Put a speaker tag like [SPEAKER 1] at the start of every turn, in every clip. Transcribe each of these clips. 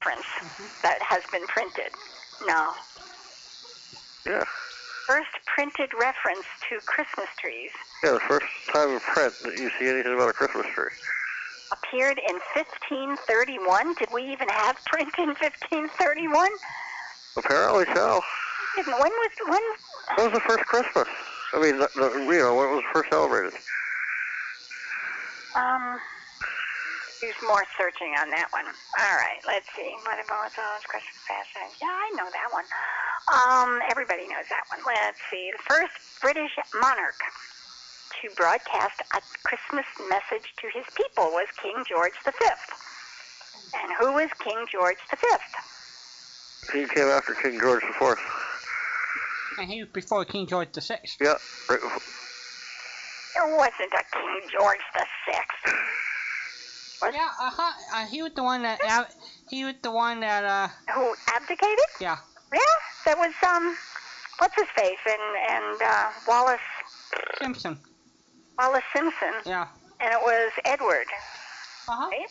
[SPEAKER 1] prints that has been printed. Now,
[SPEAKER 2] Yeah.
[SPEAKER 1] first printed reference to Christmas trees
[SPEAKER 2] Yeah, the first time in print that you see anything about a Christmas tree.
[SPEAKER 1] appeared in 1531. Did we even have print in 1531?
[SPEAKER 2] Apparently so.
[SPEAKER 1] Didn't, when was when?
[SPEAKER 2] When was the first Christmas? I mean, the, the, you know, when it was first celebrated?
[SPEAKER 1] Um, there's more searching on that one. All right, let's see. What about those questions? Fashion? Yeah, I know that one. Um, everybody knows that one. Let's see. The first British monarch to broadcast a Christmas message to his people was King George V. And who was King George V?
[SPEAKER 2] He came after King George the Fourth.
[SPEAKER 3] And he was before King George the Sixth.
[SPEAKER 2] Yeah. Right before-
[SPEAKER 1] There wasn't a King George VI. What?
[SPEAKER 3] Yeah, uh-huh. Uh, he was the one that ab- he was the one that uh
[SPEAKER 1] Who abdicated?
[SPEAKER 3] yeah.
[SPEAKER 1] Yeah, that was um, what's his face and and uh, Wallace
[SPEAKER 3] Simpson.
[SPEAKER 1] Wallace Simpson,
[SPEAKER 3] Yeah.
[SPEAKER 1] and it was Edward.
[SPEAKER 3] Uh-huh.
[SPEAKER 1] Right?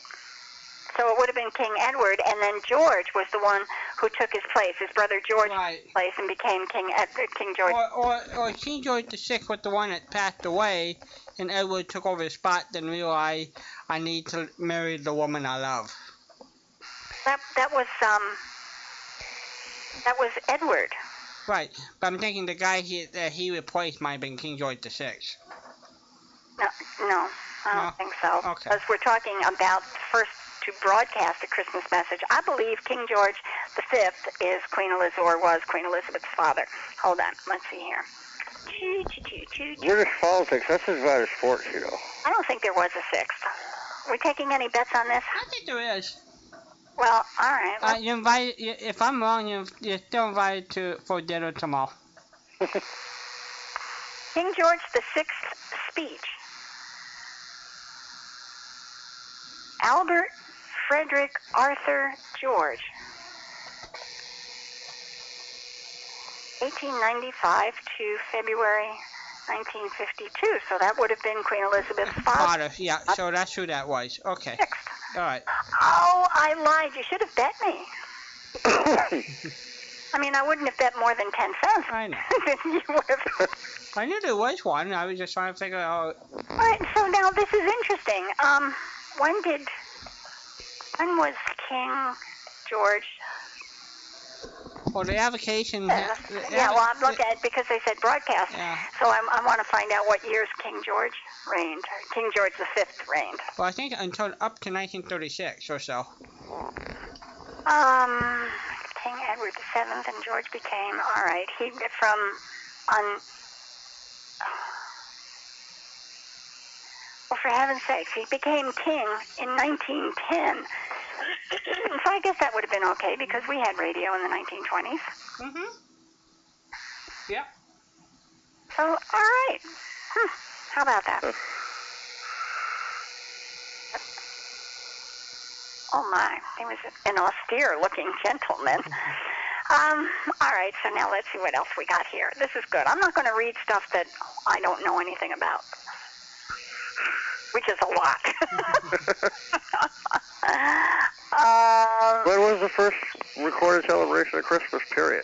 [SPEAKER 1] So it would have been King Edward, and then George was the one who took his place. His brother George took
[SPEAKER 3] Right.
[SPEAKER 1] his place and became King Ed- uh, King George.
[SPEAKER 3] Or, or, or King George the Sixth was the one that passed away, and Edward took over his spot, then realized I need to marry the woman I love.
[SPEAKER 1] That that was um, that was Edward.
[SPEAKER 3] Right, but I'm thinking the guy he, that he replaced might have been King George the Sixth.
[SPEAKER 1] No, no, I don't
[SPEAKER 3] No?
[SPEAKER 1] think so.
[SPEAKER 3] Okay.
[SPEAKER 1] Because we're talking about the first to broadcast a Christmas message. I believe King George V is Queen Elizabeth, or was Queen Elizabeth's father. Hold on, let's see here. Choo, choo, choo, choo, choo.
[SPEAKER 2] British politics, that's as bad as sports, you know.
[SPEAKER 1] I don't think there was a sixth. We're taking any bets on this?
[SPEAKER 3] I think there is.
[SPEAKER 1] Well, all right.
[SPEAKER 3] Uh, you invite, you, if I'm wrong, you, you're still invited to for dinner tomorrow.
[SPEAKER 1] King George the Sixth speech. Albert Frederick Arthur George. 1895 to February 1952. So that would have been Queen Elizabeth's father.
[SPEAKER 3] Father, yeah, so that's who that was. Okay,
[SPEAKER 1] Sixth.
[SPEAKER 3] alright.
[SPEAKER 1] Oh, I lied. You should have bet me. I mean, I wouldn't have bet more than 10 cents.
[SPEAKER 3] I know.
[SPEAKER 1] then you would have
[SPEAKER 3] I knew there was one, I was just trying to figure out.
[SPEAKER 1] All right, so now this is interesting. Um, when did, when was King George?
[SPEAKER 3] Well, the application.
[SPEAKER 1] Uh, yeah, well, I'm looking at it because they said broadcast.
[SPEAKER 3] Yeah.
[SPEAKER 1] So I'm, I want to find out what years King George reigned. King George the Fifth reigned.
[SPEAKER 3] Well, I think until up to 1936 or so.
[SPEAKER 1] Um, King Edward the Seventh and George became all right. He from on. Well, for heaven's sakes, he became king in 1910. so I guess that would have been okay because we had radio in the 1920s.
[SPEAKER 3] Mm-hmm. Yep.
[SPEAKER 1] So Oh, all right. Hmm. How about that? Oh my, he was an austere looking gentleman. Um, all right, so now let's see what else we got here. This is good. I'm not going to read stuff that I don't know anything about, which is a lot. uh,
[SPEAKER 2] when was the first recorded celebration of Christmas, period?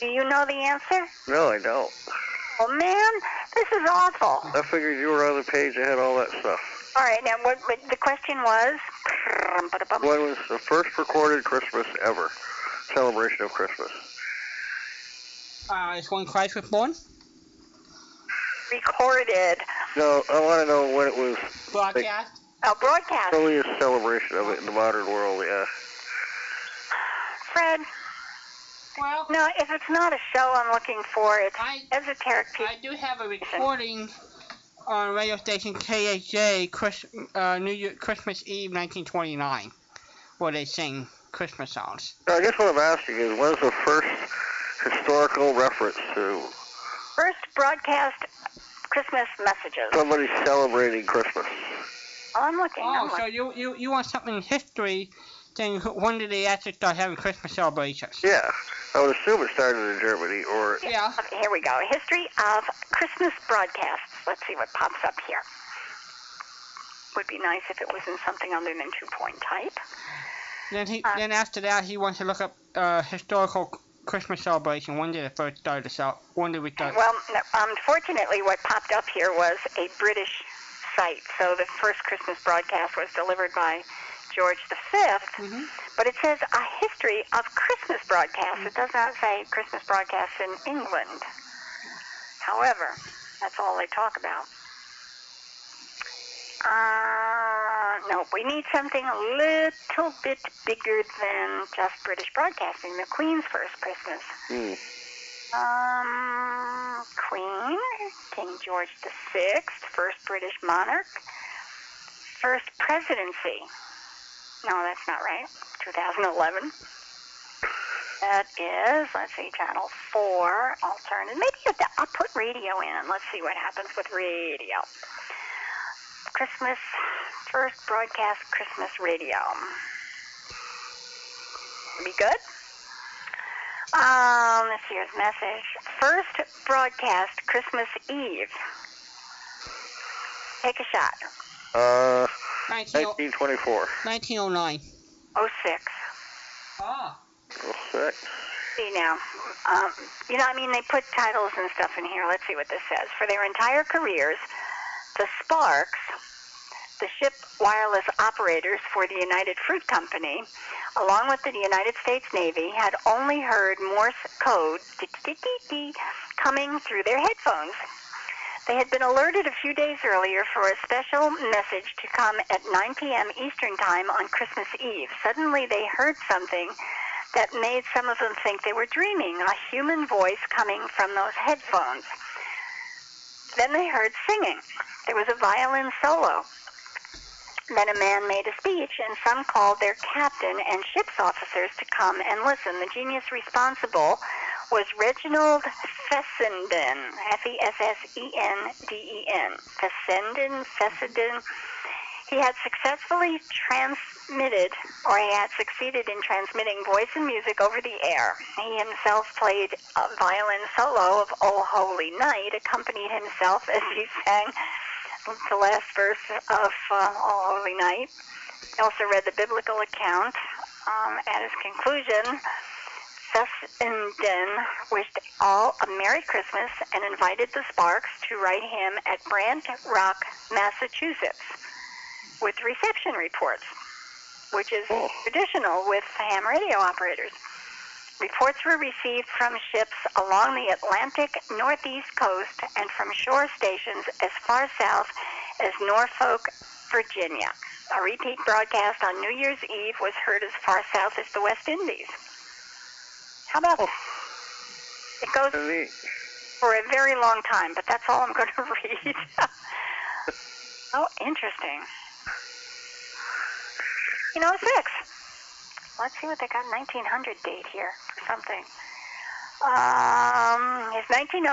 [SPEAKER 1] do you know the answer?
[SPEAKER 2] No, I don't.
[SPEAKER 1] Oh man, this is awful.
[SPEAKER 2] I figured you were on the page that had all that stuff.
[SPEAKER 1] All right, now what, what the question was?
[SPEAKER 2] When was the first recorded Christmas ever? Celebration of Christmas.
[SPEAKER 3] Uh, is when Christ was born?
[SPEAKER 1] Recorded.
[SPEAKER 2] No, I want to know when it was
[SPEAKER 3] Broadcast?
[SPEAKER 1] Oh, broadcast.
[SPEAKER 2] earliest celebration of it in the modern world, yeah.
[SPEAKER 1] Fred,
[SPEAKER 3] Well,
[SPEAKER 1] no, if it's not a show I'm looking for, it's
[SPEAKER 3] I,
[SPEAKER 1] esoteric people.
[SPEAKER 3] I do have a recording on radio station KHJ Chris, uh, New Year, Christmas Eve 1929 where they sing Christmas songs.
[SPEAKER 2] Now, I guess what I'm asking is when's the first historical reference to
[SPEAKER 1] First broadcast Christmas messages. Well,
[SPEAKER 2] somebody celebrating Christmas?
[SPEAKER 1] I'm looking. I'm
[SPEAKER 3] Oh, so
[SPEAKER 1] looking.
[SPEAKER 3] you, you, you want something in history, then wh- when did they actually start having Christmas celebrations?
[SPEAKER 2] Yeah, I would assume it started in Germany or
[SPEAKER 3] Yeah.
[SPEAKER 1] Okay, Here we go. History of Christmas broadcasts. Let's see what pops up here. would be nice if it was in something other than two point type.
[SPEAKER 3] Then he,
[SPEAKER 1] Uh,
[SPEAKER 3] then after that, he wants to look up uh, historical Christmas celebration. When did it first start? to cel- When did we start?
[SPEAKER 1] Well, no, unfortunately, what popped up here was a British site. So the first Christmas broadcast was delivered by George V,
[SPEAKER 3] Mhm.
[SPEAKER 1] but it says a history of Christmas broadcasts. It does not say Christmas broadcasts in England. However, that's all they talk about. Uh, no, we need something a little bit bigger than just British broadcasting. The Queen's First Christmas.
[SPEAKER 2] Hmm.
[SPEAKER 1] Um, Queen, King George the Sixth, first British monarch, first presidency. No, that's not right. 2011. That is, let's see, Channel 4, alternative. Maybe I'll- I'll put radio in. Let's see what happens with radio. Christmas, first broadcast Christmas radio. Be good? Um, this year's message. First broadcast Christmas Eve. Take a shot.
[SPEAKER 2] Uh,
[SPEAKER 3] 19,
[SPEAKER 2] 1924.
[SPEAKER 3] 1909.
[SPEAKER 1] Oh six.
[SPEAKER 3] Ah.
[SPEAKER 2] Well, sick.
[SPEAKER 1] See now. Um, you know, I mean, they put titles and stuff in here. Let's see what this says. For their entire careers, the Sparks, the ship wireless operators for the United Fruit Company, along with the United States Navy, had only heard Morse code coming through their headphones. They had been alerted a few days earlier for a special message to come at 9 p.m. Eastern Time on Christmas Eve. Suddenly, they heard something that made some of them think they were dreaming a human voice coming from those headphones. Then they heard singing. There was a violin solo. Then a man made a speech, and some called their captain and ship's officers to come and listen. The genius responsible was Reginald Fessenden, F E S S E N D E N. Fessenden, Fessenden. He had successfully transmitted, or he had succeeded in transmitting voice and music over the air. He himself played a violin solo of Oh Holy Night, accompanied himself as he sang the last verse of uh, Oh Holy Night. He also read the biblical account. Um, at his conclusion, Fessenden wished all a Merry Christmas and invited the Sparks to write him at Brant Rock, Massachusetts, with reception reports, which is
[SPEAKER 2] Oh.
[SPEAKER 1] traditional with ham radio operators. Reports were received from ships along the Atlantic northeast coast and from shore stations as far south as Norfolk, Virginia. A repeat broadcast on New Year's Eve was heard as far south as the West Indies. How about that? It goes
[SPEAKER 2] Kinda neat.
[SPEAKER 1] for a very long time, but that's all I'm going to read. oh, interesting. You know, six. Let's see what they got. 1900 date here, something. Um, his 1906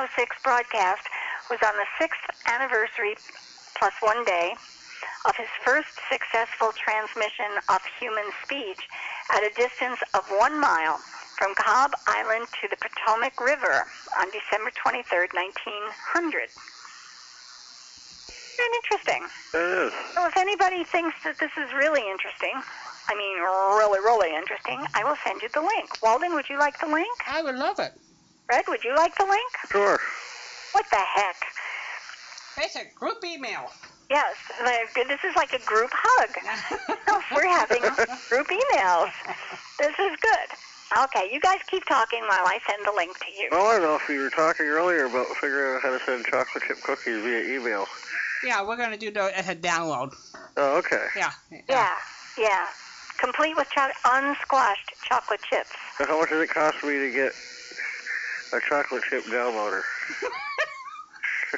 [SPEAKER 1] broadcast was on the sixth anniversary, plus one day, of his first successful transmission of human speech at a distance of one mile from Cobb Island to the Potomac River on December 23rd, 1900. And interesting.
[SPEAKER 2] There it is.
[SPEAKER 1] So if anybody thinks that this is really interesting, I mean really, really interesting, I will send you the link. Walden, would you like the link?
[SPEAKER 3] I would love it.
[SPEAKER 1] Red, would you like the link?
[SPEAKER 2] Sure.
[SPEAKER 1] What the heck?
[SPEAKER 3] It's a group email.
[SPEAKER 1] Yes, the- this is like a group hug. We're having group emails. This is good. Okay, you guys keep talking while I send the link to you.
[SPEAKER 2] Well, I don't know if you were talking earlier about figuring out how to send chocolate chip cookies via email.
[SPEAKER 3] yeah, we're gonna do the as a download.
[SPEAKER 2] Oh, okay.
[SPEAKER 3] Yeah.
[SPEAKER 1] Yeah, yeah. Complete with cho- unsquashed chocolate chips.
[SPEAKER 2] So how much does it cost me to get a chocolate chip downloader?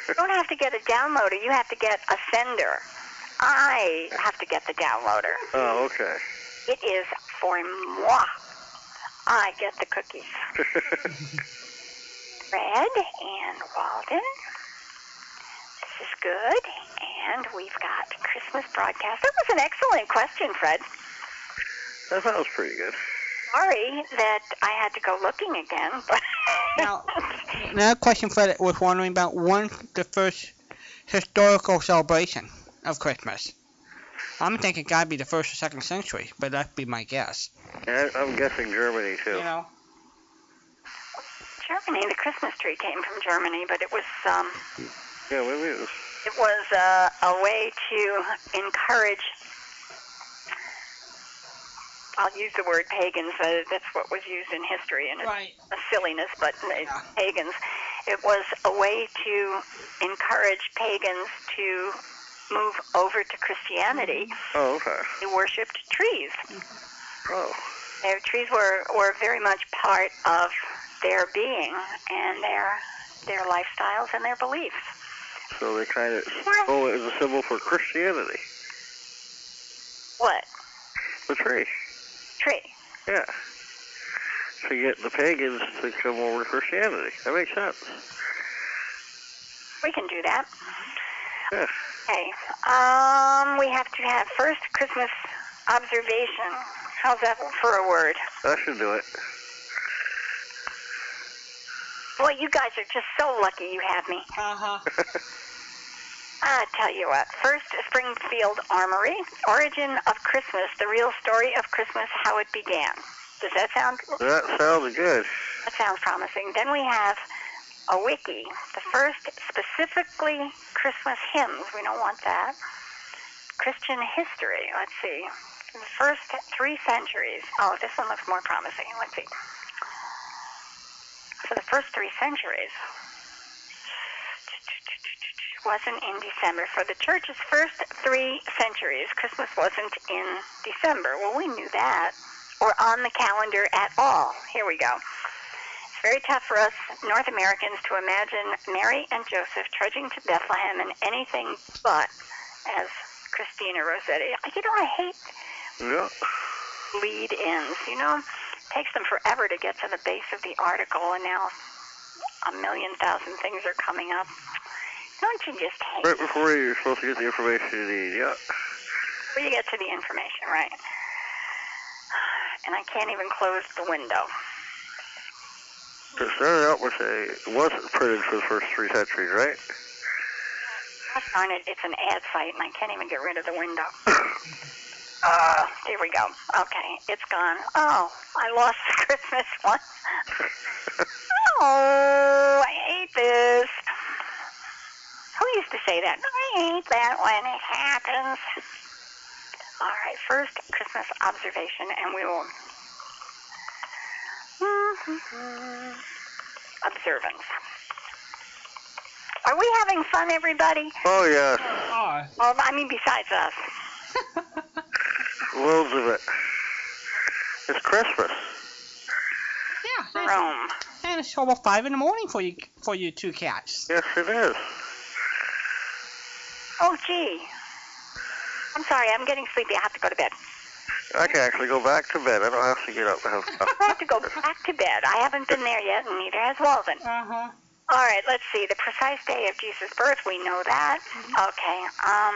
[SPEAKER 1] You don't have to get a downloader. You have to get a sender. I have to get the downloader.
[SPEAKER 4] Uh.
[SPEAKER 2] Oh, okay.
[SPEAKER 1] It is for moi. I get the cookies. Red and Walden. This is good. And we've got Christmas broadcast. That was an excellent question, Fred.
[SPEAKER 2] that sounds pretty good.
[SPEAKER 1] Sorry that I had to go looking again, but
[SPEAKER 3] Now- Another question Fred was wondering about when's the first historical celebration of Christmas? I'm thinking gotta be the first or second century, but that'd be my guess.
[SPEAKER 2] And I- I'm guessing Germany too.
[SPEAKER 3] You know,
[SPEAKER 1] Germany, the Christmas tree came from Germany, but it was um,
[SPEAKER 2] Yeah, maybe it was.
[SPEAKER 1] it was uh, a way to encourage. I'll use the word pagans. Uh, that's what was used in history, and it's
[SPEAKER 3] right?
[SPEAKER 1] a silliness, but uh,
[SPEAKER 3] Yeah.
[SPEAKER 1] pagans. It was a way to encourage pagans to move over to Christianity.
[SPEAKER 4] Mm-hmm.
[SPEAKER 2] Oh, okay.
[SPEAKER 1] They worshipped trees.
[SPEAKER 2] Oh,
[SPEAKER 1] Their trees were, were very much part of their being and their their lifestyles and their beliefs.
[SPEAKER 2] so they kind of oh, it was a symbol for Christianity,
[SPEAKER 1] What
[SPEAKER 2] the tree.
[SPEAKER 1] tree?
[SPEAKER 2] Yeah. To get the pagans to come over to Christianity. That makes sense.
[SPEAKER 1] We can do that.
[SPEAKER 2] Yeah.
[SPEAKER 1] Okay. Um, we have to have first Christmas observation. How's that for a word?
[SPEAKER 2] I should do it.
[SPEAKER 1] Boy, you guys are just so lucky you have me.
[SPEAKER 3] Uh huh.
[SPEAKER 1] I tell you what. First, Springfield Armory. Origin of Christmas. The real story of Christmas. How it began. Does that sound?
[SPEAKER 2] that sounded good.
[SPEAKER 1] That sounds promising. Then we have a wiki. The first specifically Christmas hymns. We don't want that. Christian history. Let's see. The first three centuries. Oh, this one looks more promising. Let's see. So the first three centuries wasn't in December. For the church's first three centuries, Christmas wasn't in December. Well, we knew that. Or on the calendar at all. Here we go. It's very tough for us North Americans to imagine Mary and Joseph trudging to Bethlehem in anything but as Christina Rossetti. You know, I hate
[SPEAKER 2] Yeah.
[SPEAKER 1] lead ins, you know? Takes them forever to get to the base of the article, and now a million thousand things are coming up. Don't you just hate
[SPEAKER 2] Right before you're supposed to get the information you need. Yeah.
[SPEAKER 1] Before you get to the information, right? And I can't even close the window.
[SPEAKER 2] It started out with a it wasn't printed for the first three centuries, right?
[SPEAKER 1] Gosh darn it, it's an ad site and I can't even get rid of the window. Uh, here we go. Okay, it's gone. Oh, I lost the Christmas one. Oh, I hate this. Who used to say that? I hate that when it happens. All right, first Christmas observation, and we will. Observance. Are we having fun, everybody?
[SPEAKER 2] oh yes,
[SPEAKER 3] Oh.
[SPEAKER 1] Well, I mean, besides us.
[SPEAKER 2] loads of it. It's Christmas.
[SPEAKER 3] yeah. it's-
[SPEAKER 1] Rome.
[SPEAKER 3] And it's almost five in the morning for you for you two cats.
[SPEAKER 2] Yes, it is.
[SPEAKER 1] Oh, gee. I'm sorry, I'm getting sleepy. I have to go to bed.
[SPEAKER 2] I can actually go back to bed. I don't have to get up. and have-
[SPEAKER 1] I have to go back to bed. I haven't been there yet, and neither has Walden.
[SPEAKER 3] Uh huh.
[SPEAKER 1] All right, let's see. The precise day of Jesus' birth, we know that. Okay. Um,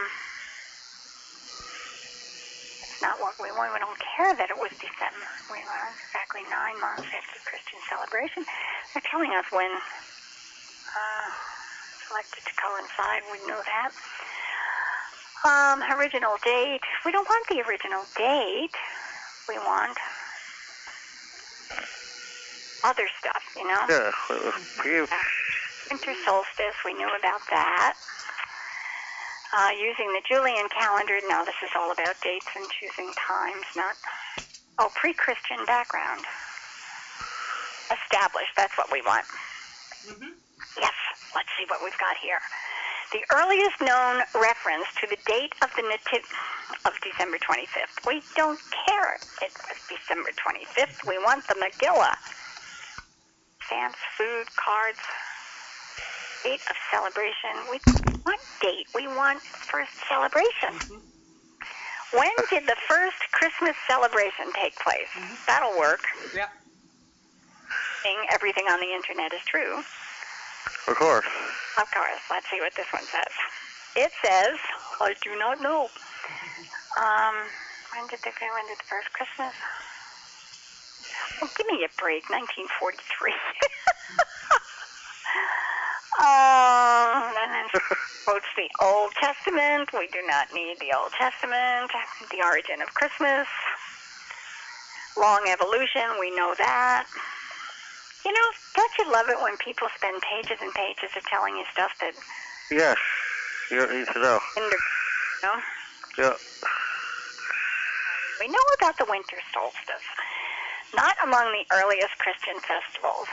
[SPEAKER 1] it's not what we want. We don't care that it was December. We learned exactly nine months after Christian celebration. They're telling us when uh, selected to coincide. We know that. Um, original date. We don't want the original date. We want other stuff, you know?
[SPEAKER 2] yeah. it was- you-
[SPEAKER 1] winter solstice, we knew about that. Uh, using the Julian calendar, now this is all about dates and choosing times, not. Oh, pre Christian background. Established, that's what we want.
[SPEAKER 3] Mhm.
[SPEAKER 1] Yes, let's see what we've got here. The earliest known reference to the date of the nativity of December 25th. We don't care. It was December 25th. We want the Megillah. Stamps, food, cards, date of celebration. We don't want date. We want first celebration. When did the first Christmas celebration take place? That'll work.
[SPEAKER 3] Yep.
[SPEAKER 1] Seeing everything on the internet is true.
[SPEAKER 2] Of course.
[SPEAKER 1] Of course. Let's see what this one says. It says, I do not know. Um, when did they when did the first Christmas? Oh, give me a break. 1943. um, and then quotes the Old Testament. We do not need the Old Testament. The origin of Christmas. Long evolution. We know that. You know, don't you love it when people spend pages and pages of telling you stuff that
[SPEAKER 4] Yes. You don't need to know.
[SPEAKER 1] hinder, you know?
[SPEAKER 4] Yeah.
[SPEAKER 1] We know about the winter solstice, not among the earliest Christian festivals.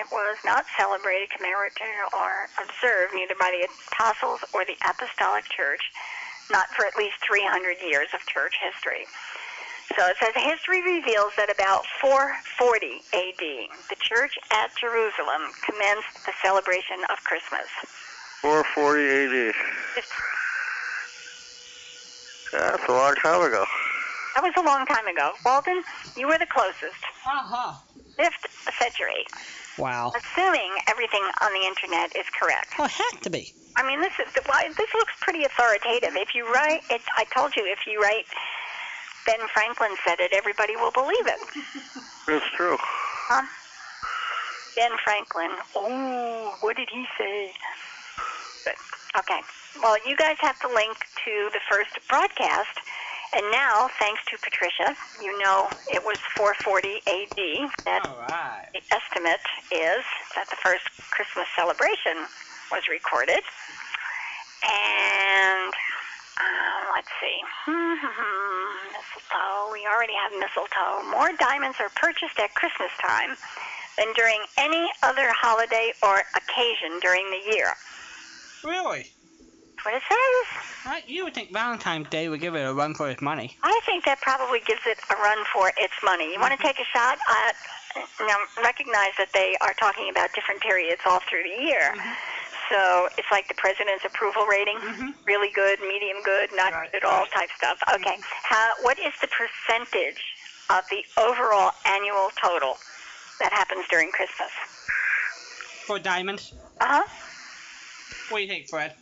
[SPEAKER 1] It was not celebrated, commemorated, or observed neither by the apostles or the apostolic church, not for at least 300 years of church history. So it says history reveals that about 440 AD, the church at Jerusalem commenced the celebration of Christmas.
[SPEAKER 4] 440 AD. That's a long time ago.
[SPEAKER 1] That was a long time ago. Walden, you were the closest.
[SPEAKER 3] Uh-huh.
[SPEAKER 1] Fifth century.
[SPEAKER 3] Wow.
[SPEAKER 1] assuming everything on the internet is correct.
[SPEAKER 3] Well, it had to be.
[SPEAKER 1] I mean, this is why this looks pretty authoritative. If you write, it, I told you, if you write, Ben Franklin said it, everybody will believe it.
[SPEAKER 4] It's true.
[SPEAKER 1] Ben Franklin. Oh, what did he say? But, okay. Well, you guys have the link to the first broadcast. And now, thanks to Patricia, you know it was 440 AD. That
[SPEAKER 3] All right.
[SPEAKER 1] The estimate is that the first Christmas celebration was recorded. And um, let's see. mistletoe. We already have mistletoe. More diamonds are purchased at Christmas time than during any other holiday or occasion during the year.
[SPEAKER 3] Really?
[SPEAKER 1] That's what it says.
[SPEAKER 3] Right, you would think Valentine's Day would give it a run for its money.
[SPEAKER 1] I think that probably gives it a run for its money. You
[SPEAKER 3] Mm-hmm.
[SPEAKER 1] want to take a shot? At, now, recognize that they are talking about different periods all through the year.
[SPEAKER 3] Mm-hmm.
[SPEAKER 1] So it's like the president's approval rating,
[SPEAKER 3] Mhm.
[SPEAKER 1] really good, medium good, not
[SPEAKER 3] Right,
[SPEAKER 1] good at all
[SPEAKER 3] right. Mm-hmm.
[SPEAKER 1] type stuff. Okay. How, what is the percentage of the overall annual total that happens during Christmas?
[SPEAKER 3] For diamonds.
[SPEAKER 1] Uh huh.
[SPEAKER 3] What do you think, Fred?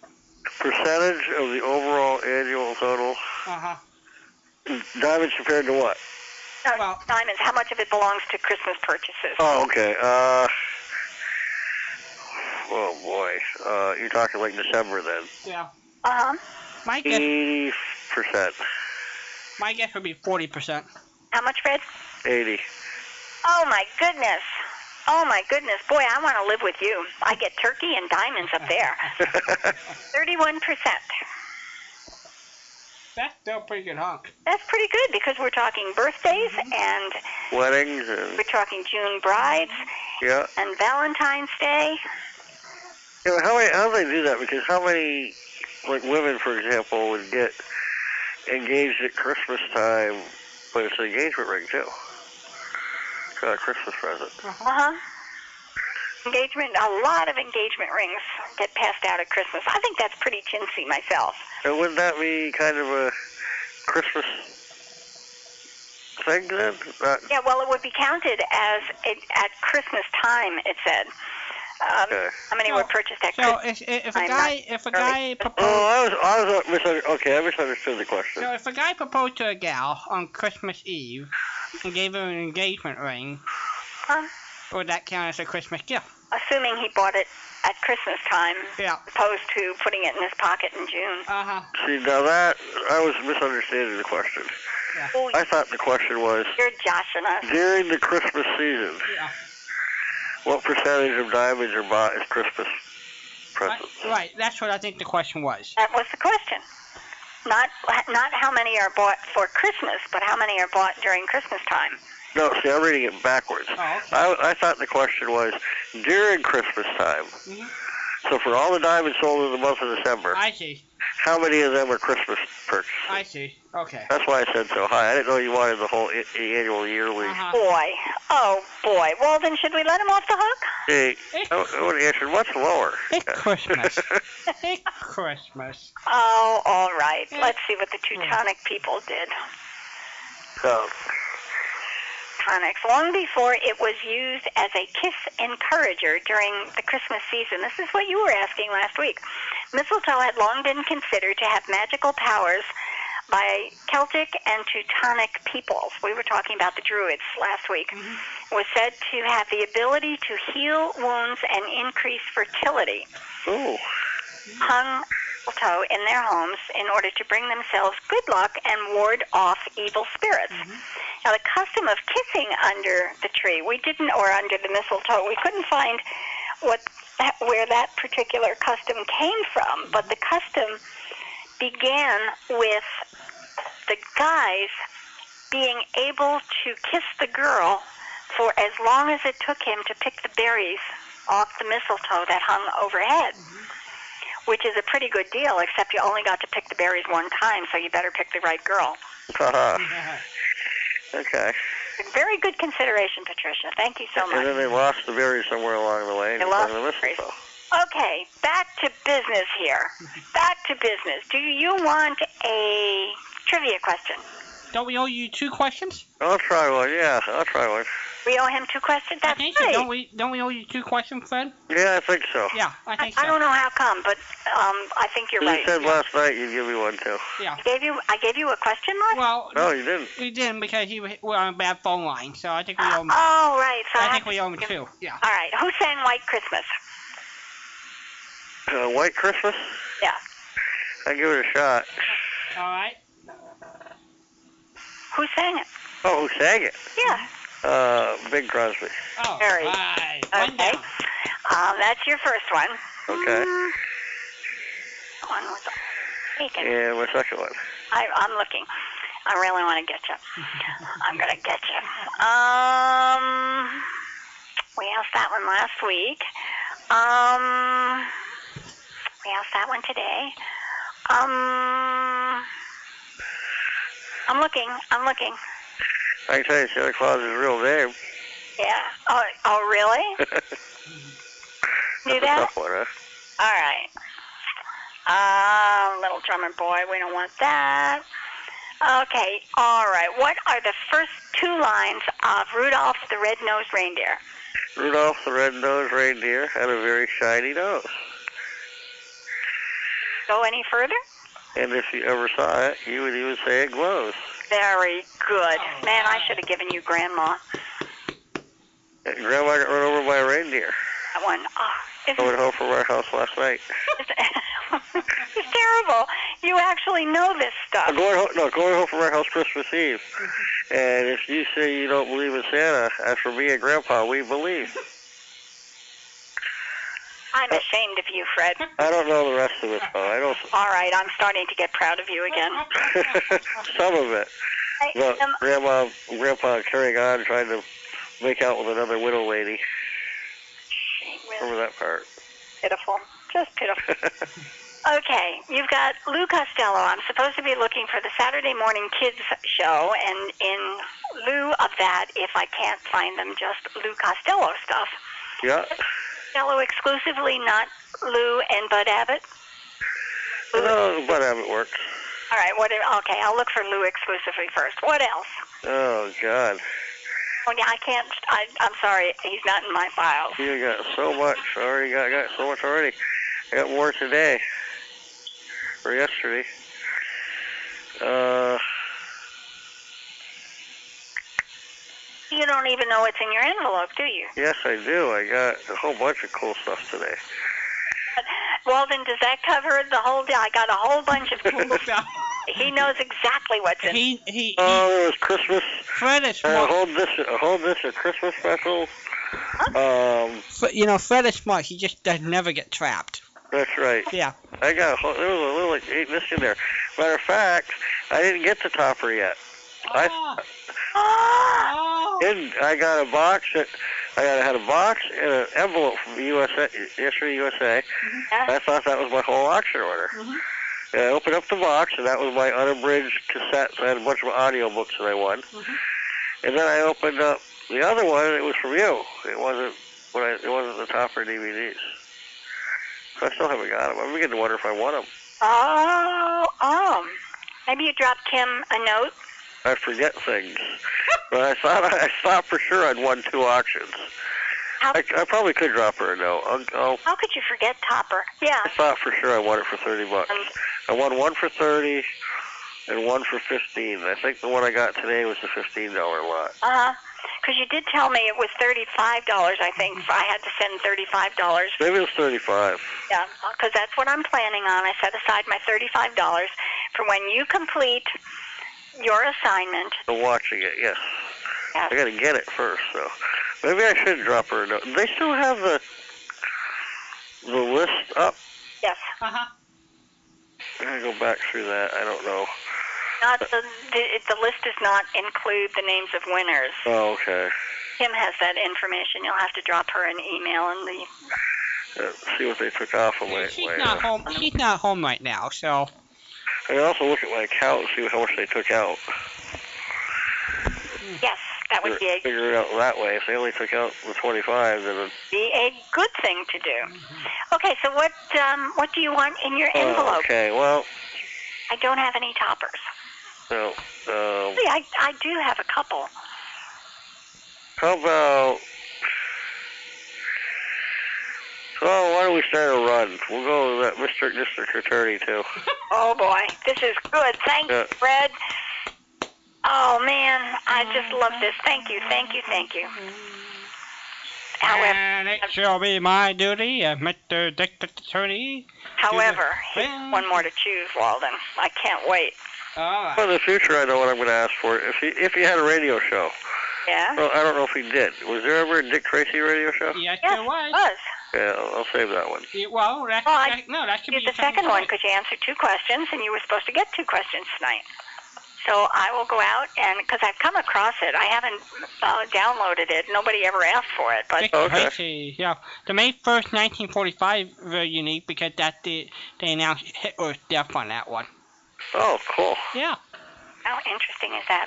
[SPEAKER 4] Percentage of the overall annual total.
[SPEAKER 3] Uh-huh.
[SPEAKER 4] Diamonds compared to what?
[SPEAKER 1] No,
[SPEAKER 3] Well-
[SPEAKER 1] diamonds. How much of it belongs to Christmas purchases?
[SPEAKER 4] Oh, okay. Uh. Oh boy. Uh, you're talking like December then.
[SPEAKER 3] Yeah.
[SPEAKER 1] Uh huh.
[SPEAKER 3] My guess,
[SPEAKER 4] Eighty percent.
[SPEAKER 3] my guess would be 40%.
[SPEAKER 1] How much, Fred?
[SPEAKER 4] Eighty.
[SPEAKER 1] Oh my goodness. Oh my goodness, boy, I want to live with you. I get turkey and diamonds up there. Thirty-one percent.
[SPEAKER 3] That's still a pretty good hunk.
[SPEAKER 1] That's pretty good because we're talking birthdays
[SPEAKER 3] Mm-hmm.
[SPEAKER 1] and
[SPEAKER 4] Weddings and
[SPEAKER 1] We're talking June brides
[SPEAKER 4] yeah.
[SPEAKER 1] and Valentine's Day.
[SPEAKER 4] Yeah, but how many, how do they do that? Because how many, like women, for example, would get engaged at Christmas time, but it's an engagement ring too. It's not a Christmas present.
[SPEAKER 3] Uh-huh.
[SPEAKER 1] Uh huh. Engagement, a lot of engagement rings get passed out at Christmas. I think that's pretty chintzy myself.
[SPEAKER 4] And wouldn't that be kind of a Christmas thing then? Not,
[SPEAKER 1] Yeah, well, it would be counted as it, at Christmas time, it said. Um,
[SPEAKER 4] Okay.
[SPEAKER 1] How many were purchased at
[SPEAKER 3] So
[SPEAKER 1] Christmas?
[SPEAKER 3] if, if a
[SPEAKER 1] I'm
[SPEAKER 3] guy, if a guy
[SPEAKER 1] early.
[SPEAKER 3] proposed...
[SPEAKER 4] oh, I was, I was uh, misunderstood. Okay, I misunderstood the question.
[SPEAKER 3] So if a guy proposed to a gal on Christmas Eve and gave her an engagement ring,
[SPEAKER 1] Huh?
[SPEAKER 3] would that count as a Christmas gift?
[SPEAKER 1] Assuming he bought it at Christmas time,
[SPEAKER 3] Yeah.
[SPEAKER 1] as opposed to putting it in his pocket in June.
[SPEAKER 3] Uh-huh.
[SPEAKER 4] See, now that I was misunderstanding the question.
[SPEAKER 1] Oh,
[SPEAKER 4] I thought the question was
[SPEAKER 1] you're joshing us.
[SPEAKER 4] during the Christmas season,
[SPEAKER 3] Yeah.
[SPEAKER 4] what percentage of diamonds are bought as Christmas
[SPEAKER 3] Right,
[SPEAKER 4] presents?
[SPEAKER 3] right, that's what I think the question was.
[SPEAKER 1] That was the question. Not not how many are bought for Christmas, but how many are bought during Christmas time.
[SPEAKER 4] No, see, I'm reading it backwards.
[SPEAKER 3] Oh, okay.
[SPEAKER 4] I, I thought the question was during Christmas time.
[SPEAKER 3] Mhm.
[SPEAKER 4] So for all the diamonds sold in the month of December,
[SPEAKER 3] I see.
[SPEAKER 4] how many of them are Christmas purchases?
[SPEAKER 3] I see. Okay.
[SPEAKER 4] That's why I said so high. I didn't know you wanted the whole I- the annual yearly.
[SPEAKER 3] Uh-huh.
[SPEAKER 1] Boy, oh boy. Well, then should we let him off the hook?
[SPEAKER 4] Hey, I,
[SPEAKER 3] It's,
[SPEAKER 4] I would have answered much lower.
[SPEAKER 3] it's Christmas. it's Christmas.
[SPEAKER 1] Oh, all right.
[SPEAKER 3] Yeah.
[SPEAKER 1] Let's see what the Teutonic people did.
[SPEAKER 4] so,
[SPEAKER 1] Tonics, long before it was used as a kiss encourager during the Christmas season. This is what you were asking last week. Mistletoe had long been considered to have magical powers by Celtic and Teutonic peoples. We were talking about the Druids last week. Was said to have the ability to heal wounds and increase fertility.
[SPEAKER 4] ooh,
[SPEAKER 1] Hung mistletoe in their homes in order to bring themselves good luck and ward off evil spirits. Now, the custom of kissing under the tree, we didn't, or under the mistletoe, we couldn't find what that, where that particular custom came from, but the custom began with the guys being able to kiss the girl for as long as it took him to pick the berries off the mistletoe that hung overhead, which is a pretty good deal, except you only got to pick the berries one time, so you better pick the right girl.
[SPEAKER 4] Haha. okay.
[SPEAKER 1] Very good consideration, Patricia. Thank you so
[SPEAKER 4] And then
[SPEAKER 1] much.
[SPEAKER 4] they lost the berry somewhere along the way. And
[SPEAKER 1] They
[SPEAKER 4] you found
[SPEAKER 1] lost
[SPEAKER 4] the
[SPEAKER 1] the berries.
[SPEAKER 4] mistletoe.
[SPEAKER 1] Okay, back to business here. Back to business. Do you want a trivia question?
[SPEAKER 3] Don't we owe you two questions?
[SPEAKER 4] I'll try one. Yeah, I'll try one.
[SPEAKER 1] We owe him two questions.
[SPEAKER 3] I
[SPEAKER 1] That's
[SPEAKER 3] think so.
[SPEAKER 1] right.
[SPEAKER 3] Don't we? Don't we owe you two questions, Fred?
[SPEAKER 4] Yeah, I think so.
[SPEAKER 3] Yeah, I
[SPEAKER 1] I,
[SPEAKER 3] think so.
[SPEAKER 1] I don't know how come, but um, I think you're
[SPEAKER 4] you
[SPEAKER 1] right.
[SPEAKER 4] said last night you'd give me one too.
[SPEAKER 3] Yeah.
[SPEAKER 1] I gave you I gave you a question last
[SPEAKER 3] Well,
[SPEAKER 4] No, you didn't.
[SPEAKER 3] we didn't because he was, we're on a bad phone line, so I think we owe him.
[SPEAKER 1] Oh, right. So I,
[SPEAKER 3] I
[SPEAKER 1] have
[SPEAKER 3] think
[SPEAKER 1] to-
[SPEAKER 3] we owe him two. Yeah.
[SPEAKER 1] All right. Who sang White Christmas?
[SPEAKER 4] Uh, White Christmas.
[SPEAKER 1] Yeah.
[SPEAKER 4] I give it a shot.
[SPEAKER 3] All right.
[SPEAKER 1] Who sang it?
[SPEAKER 4] Oh, who sang it?
[SPEAKER 1] Yeah.
[SPEAKER 4] Uh, Big Crosby.
[SPEAKER 3] Oh.
[SPEAKER 1] Very.
[SPEAKER 3] Right. One
[SPEAKER 1] Okay.
[SPEAKER 3] down.
[SPEAKER 1] Um, that's your first one.
[SPEAKER 4] Okay.
[SPEAKER 1] Mm. One was taken.
[SPEAKER 4] And my second one.
[SPEAKER 1] I, I'm looking. I really want to get you. I'm gonna get you. Um, we asked that one last week. Um, we asked that one today. Um, I'm looking. I'm looking.
[SPEAKER 4] I can tell you Santa Claus is real name.
[SPEAKER 1] Yeah. Oh, oh, really?
[SPEAKER 4] That's
[SPEAKER 1] Knew
[SPEAKER 4] a
[SPEAKER 1] that?
[SPEAKER 4] tough one, huh?
[SPEAKER 1] All right. Uh, little drummer boy, we don't want that. Okay, all right. What are the first two lines of Rudolph the Red-Nosed Reindeer?
[SPEAKER 4] Rudolph the Red-Nosed Reindeer had a very shiny nose.
[SPEAKER 1] Go any further?
[SPEAKER 4] And if you ever saw it, you would even say it glows.
[SPEAKER 1] Very good.
[SPEAKER 3] Oh,
[SPEAKER 1] Man, I
[SPEAKER 3] wow.
[SPEAKER 1] should have given you Grandma
[SPEAKER 4] And Grandma got run over by a reindeer.
[SPEAKER 1] that one. Oh,
[SPEAKER 4] I went
[SPEAKER 1] isn't
[SPEAKER 4] home from our house last night.
[SPEAKER 1] it's, it's terrible. You actually know this
[SPEAKER 4] I'm
[SPEAKER 1] stuff.
[SPEAKER 4] Uh, going home, no, going home from our house Christmas Eve. And if you say you don't believe in Santa, as for me and Grandpa, we believe.
[SPEAKER 1] I'm ashamed of you, Fred.
[SPEAKER 4] I don't know the rest of it, though. I don't...
[SPEAKER 1] All right, I'm starting to get proud of you again.
[SPEAKER 4] Some of it.
[SPEAKER 1] I
[SPEAKER 4] But
[SPEAKER 1] am
[SPEAKER 4] Grandma, Grandpa carrying on, trying to make out with another widow lady.
[SPEAKER 1] really
[SPEAKER 4] Remember that part?
[SPEAKER 1] pitiful. Just pitiful. Okay, you've got Lou Costello. I'm supposed to be looking for the Saturday morning kids show, and in lieu of that, if I can't find them, just Lou Costello stuff.
[SPEAKER 4] yeah.
[SPEAKER 1] Costello exclusively, not Lou and Bud Abbott. Lou,
[SPEAKER 4] Oh, but it works.
[SPEAKER 1] All right, what? Okay, I'll look for Lou exclusively first. What else?
[SPEAKER 4] Oh God,
[SPEAKER 1] Oh yeah, I can't. I, I'm sorry, he's not in my files.
[SPEAKER 4] you got so much already. Got got so much already. I got more today or yesterday. Uh,
[SPEAKER 1] You don't even know what's in your envelope, do you?
[SPEAKER 4] yes, I do. I got a whole bunch of cool stuff today.
[SPEAKER 1] Walden, does that cover the whole deal? I got a whole bunch of. he knows exactly what's in.
[SPEAKER 3] he, he, he,
[SPEAKER 4] Oh, Uh, there was Christmas.
[SPEAKER 3] Fred is
[SPEAKER 4] A
[SPEAKER 3] smart.
[SPEAKER 4] whole dish, a whole dish of Christmas specials. Um,
[SPEAKER 3] Fre- You know, Fred is smart. He just does never get trapped.
[SPEAKER 4] that's right.
[SPEAKER 3] Yeah.
[SPEAKER 4] I got a whole, there was a little like eight list in there. Matter of fact, I didn't get the topper yet. I-
[SPEAKER 3] Oh,
[SPEAKER 1] Oh,
[SPEAKER 3] oh.
[SPEAKER 4] And I got a box that I got, I had a box and an envelope from USA, Yesterday USA. I thought that was my whole auction order.
[SPEAKER 3] Mhm.
[SPEAKER 4] And I opened up the box and that was my unabridged cassettes. I had a bunch of audio books that I won.
[SPEAKER 3] Mhm.
[SPEAKER 4] And then I opened up the other one and it was from you. It wasn't what I, it wasn't the topper DVDs. So I still haven't got them. I'm beginning to wonder if I want them.
[SPEAKER 1] Oh, oh. Maybe you dropped Kim a note.
[SPEAKER 4] I forget things. But I thought I thought for sure I'd won two auctions.
[SPEAKER 1] How,
[SPEAKER 4] I, I probably could drop her a note. I'll, I'll,
[SPEAKER 1] how could you forget Topper? Yeah.
[SPEAKER 4] I thought for sure I won it for thirty bucks. I won one for thirty and one for fifteen. I think the one I got today was the fifteen dollar lot.
[SPEAKER 1] Uh huh. Because you did tell me it was thirty-five dollars. I think I had to send thirty-five dollars.
[SPEAKER 4] Maybe it was thirty five.
[SPEAKER 1] Yeah, because that's what I'm planning on. I set aside my thirty-five dollars for when you complete your assignment.
[SPEAKER 2] I'm watching it, yes. I gotta get it first, so maybe I should drop her a note. They still have the the list up.
[SPEAKER 1] Yes,
[SPEAKER 3] Uh-huh.
[SPEAKER 2] I gotta go back through that. I don't know.
[SPEAKER 1] not the, the the list does not include the names of winners.
[SPEAKER 2] Oh, okay.
[SPEAKER 1] Kim has that information. You'll have to drop her an email and the
[SPEAKER 2] Let's see what they took off of my.
[SPEAKER 3] she's
[SPEAKER 2] my
[SPEAKER 3] not
[SPEAKER 2] uh,
[SPEAKER 3] home. She's not home right now, so
[SPEAKER 2] I can also look at my account and see how much they took out.
[SPEAKER 1] yes, that would be a,
[SPEAKER 2] Figure it out that way. If they only took out the 25, then it-
[SPEAKER 1] be a good thing to do. Okay, so what um what do you want in your
[SPEAKER 2] oh,
[SPEAKER 1] envelope?
[SPEAKER 2] okay. Well,
[SPEAKER 1] I don't have any toppers.
[SPEAKER 2] so um,
[SPEAKER 1] See, I I do have a couple.
[SPEAKER 2] how about? Well, why don't we start a run? We'll go with that Mr. District Attorney too.
[SPEAKER 1] Oh boy, this is good. Thank you,
[SPEAKER 2] Yeah.
[SPEAKER 1] Fred. Oh man, I just love this. Thank you, thank you, thank you. However,
[SPEAKER 3] and it shall be my duty as Mr. District Attorney.
[SPEAKER 1] however,
[SPEAKER 3] Well-
[SPEAKER 1] one more to choose, Walden. I can't wait.
[SPEAKER 3] All
[SPEAKER 2] Well,
[SPEAKER 3] right.
[SPEAKER 2] in the future, I know what I'm going to ask for. If he if he had a radio show,
[SPEAKER 1] Yeah.
[SPEAKER 2] well, I don't know if he did. Was there ever a Dick Tracy radio show?
[SPEAKER 3] Yes,
[SPEAKER 1] Yes,
[SPEAKER 3] there
[SPEAKER 1] it
[SPEAKER 3] was.
[SPEAKER 1] was.
[SPEAKER 2] Yeah, I'll I'll save that one.
[SPEAKER 3] Yeah, Well, that,
[SPEAKER 1] Well, Oh, I
[SPEAKER 3] that- no, that should
[SPEAKER 1] You did
[SPEAKER 3] be your
[SPEAKER 1] the second one
[SPEAKER 3] choice.
[SPEAKER 1] because you answered two questions, and you were supposed to get two questions tonight. So I will go out and because I've come across it, I haven't uh, downloaded it. Nobody ever asked for it, but
[SPEAKER 3] Dick
[SPEAKER 2] Oh, okay.
[SPEAKER 3] Tracy, yeah. The May 1st, 1945 were unique because that the, they announced Hitler's death on that one.
[SPEAKER 2] Oh, cool.
[SPEAKER 3] Yeah.
[SPEAKER 1] How interesting is that?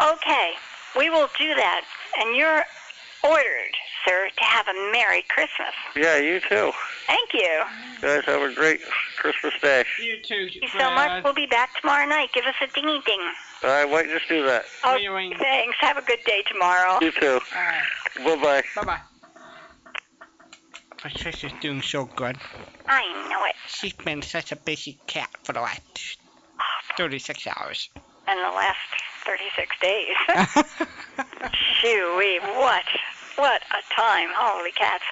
[SPEAKER 1] Okay, we will do that. And you're ordered, sir, to have a Merry Christmas.
[SPEAKER 2] Yeah, you too.
[SPEAKER 1] Thank you.
[SPEAKER 2] You guys have a great Christmas day.
[SPEAKER 3] You too. Uh,
[SPEAKER 1] Thank you so much. We'll be back tomorrow night. Give us a dingy ding.
[SPEAKER 2] I might just do that.
[SPEAKER 1] Oh,
[SPEAKER 3] Ring.
[SPEAKER 1] thanks. Have a good day tomorrow.
[SPEAKER 2] You too.
[SPEAKER 3] All right.
[SPEAKER 2] Bye bye.
[SPEAKER 3] Bye bye. Patricia's doing so good.
[SPEAKER 1] I know it.
[SPEAKER 3] She's been such a busy cat for the last 36 hours.
[SPEAKER 1] In the last 36 days. Shooey, what? What a time. Holy cats.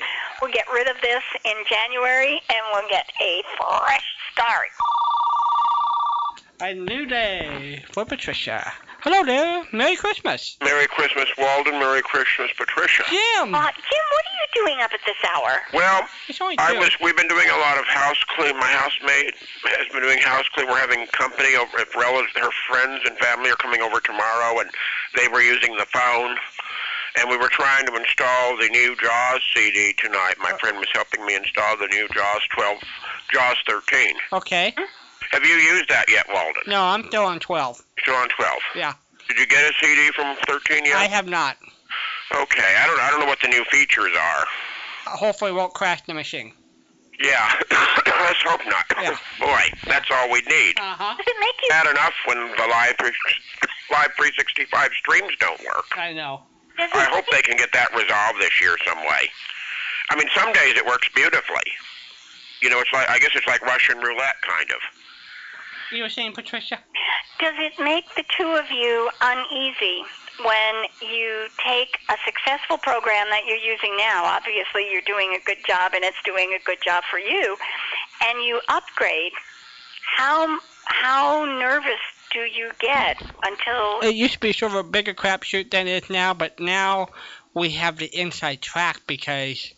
[SPEAKER 1] We'll get rid of this in January and we'll get a fresh start.
[SPEAKER 3] a new day for Patricia. Hello there. Merry Christmas.
[SPEAKER 4] Merry Christmas, Walden. Merry Christmas, Patricia.
[SPEAKER 3] Jim.
[SPEAKER 1] Uh, Jim, what are you doing up at this hour?
[SPEAKER 4] Well,
[SPEAKER 3] It's only
[SPEAKER 4] I
[SPEAKER 3] two.
[SPEAKER 4] was. We've been doing a lot of house clean. My housemate has been doing house clean. We're having company over. If relatives, her friends and family are coming over tomorrow, and they were using the phone. And we were trying to install the new Jaws CD tonight. My
[SPEAKER 3] Uh.
[SPEAKER 4] friend was helping me install the new Jaws 12, Jaws 13.
[SPEAKER 3] Okay.
[SPEAKER 4] Have you used that yet, Walden?
[SPEAKER 3] No, I'm still on 12.
[SPEAKER 4] Still on 12.
[SPEAKER 3] Yeah.
[SPEAKER 4] Did you get a CD from 13 yet?
[SPEAKER 3] I have not.
[SPEAKER 4] okay. I don't. I don't know what the new features are.
[SPEAKER 3] Hopefully, it won't crash the machine.
[SPEAKER 4] Yeah, let's hope not.
[SPEAKER 3] Yeah.
[SPEAKER 4] Boy, that's all we need.
[SPEAKER 3] Uh huh.
[SPEAKER 1] Does it make you
[SPEAKER 4] Bad enough when the live, three- live 365 streams don't work.
[SPEAKER 3] I know.
[SPEAKER 1] does it
[SPEAKER 4] I hope they can get that resolved this year some way. I mean, some days it works beautifully. You know, it's like I guess it's like Russian roulette kind of.
[SPEAKER 3] You were saying, Patricia?
[SPEAKER 1] Does it make the two of you uneasy when you take a successful program that you're using now? Obviously, you're doing a good job and it's doing a good job for you, and you upgrade. How how nervous do you get until
[SPEAKER 3] It used to be sort of a bigger crapshoot than it is now, but now we have the inside track because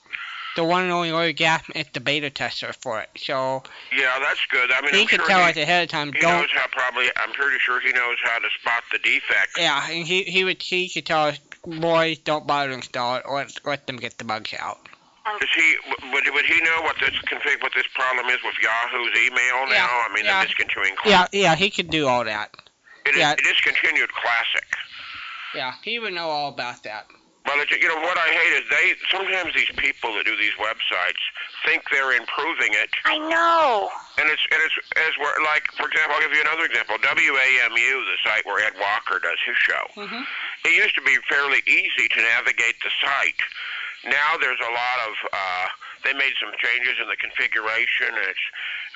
[SPEAKER 3] the one and only Larry Gaffman is the beta tester for it. So
[SPEAKER 4] Yeah, that's good. I mean,
[SPEAKER 3] he
[SPEAKER 4] I'm
[SPEAKER 3] can
[SPEAKER 4] sure
[SPEAKER 3] tell
[SPEAKER 4] he,
[SPEAKER 3] us ahead of time.
[SPEAKER 4] he
[SPEAKER 3] Don't.
[SPEAKER 4] knows how probably. I'm pretty sure he knows how to spot the defects.
[SPEAKER 3] Yeah, and he he would he could tell us, boys, don't bother to install it. Let let them get the bugs out.
[SPEAKER 4] Does he would, would he know what this config what this problem is with Yahoo's email
[SPEAKER 3] Yeah,
[SPEAKER 4] now? I mean,
[SPEAKER 3] yeah.
[SPEAKER 4] the discontinuing
[SPEAKER 3] Yeah, yeah, he could do all that.
[SPEAKER 4] It is
[SPEAKER 3] Yeah.
[SPEAKER 4] it is continued classic.
[SPEAKER 3] Yeah, he would know all about that.
[SPEAKER 4] Well, it, you know what I hate is they sometimes these people that do these websites think they're improving it,
[SPEAKER 1] I know.
[SPEAKER 4] and it's and it's as we like for example, I'll give you another example. WAMU, the site where Ed Walker does his show,
[SPEAKER 3] Mhm.
[SPEAKER 4] it used to be fairly easy to navigate the site. Now there's a lot of uh, they made some changes in the configuration, and it's.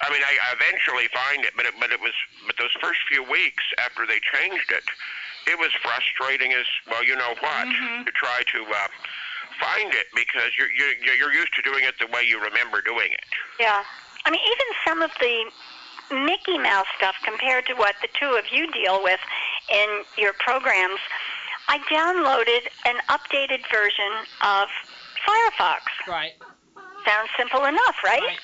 [SPEAKER 4] I mean, I, I eventually find it, but it, but it was but those first few weeks after they changed it, it was frustrating as well. You know what?
[SPEAKER 3] Mhm.
[SPEAKER 4] To try to uh, find it because you're you're you're used to doing it the way you remember doing it.
[SPEAKER 1] Yeah. I mean, even some of the Mickey Mouse stuff compared to what the two of you deal with in your programs, I downloaded an updated version of Firefox.
[SPEAKER 3] Right.
[SPEAKER 1] Sounds simple enough, right?
[SPEAKER 3] Right.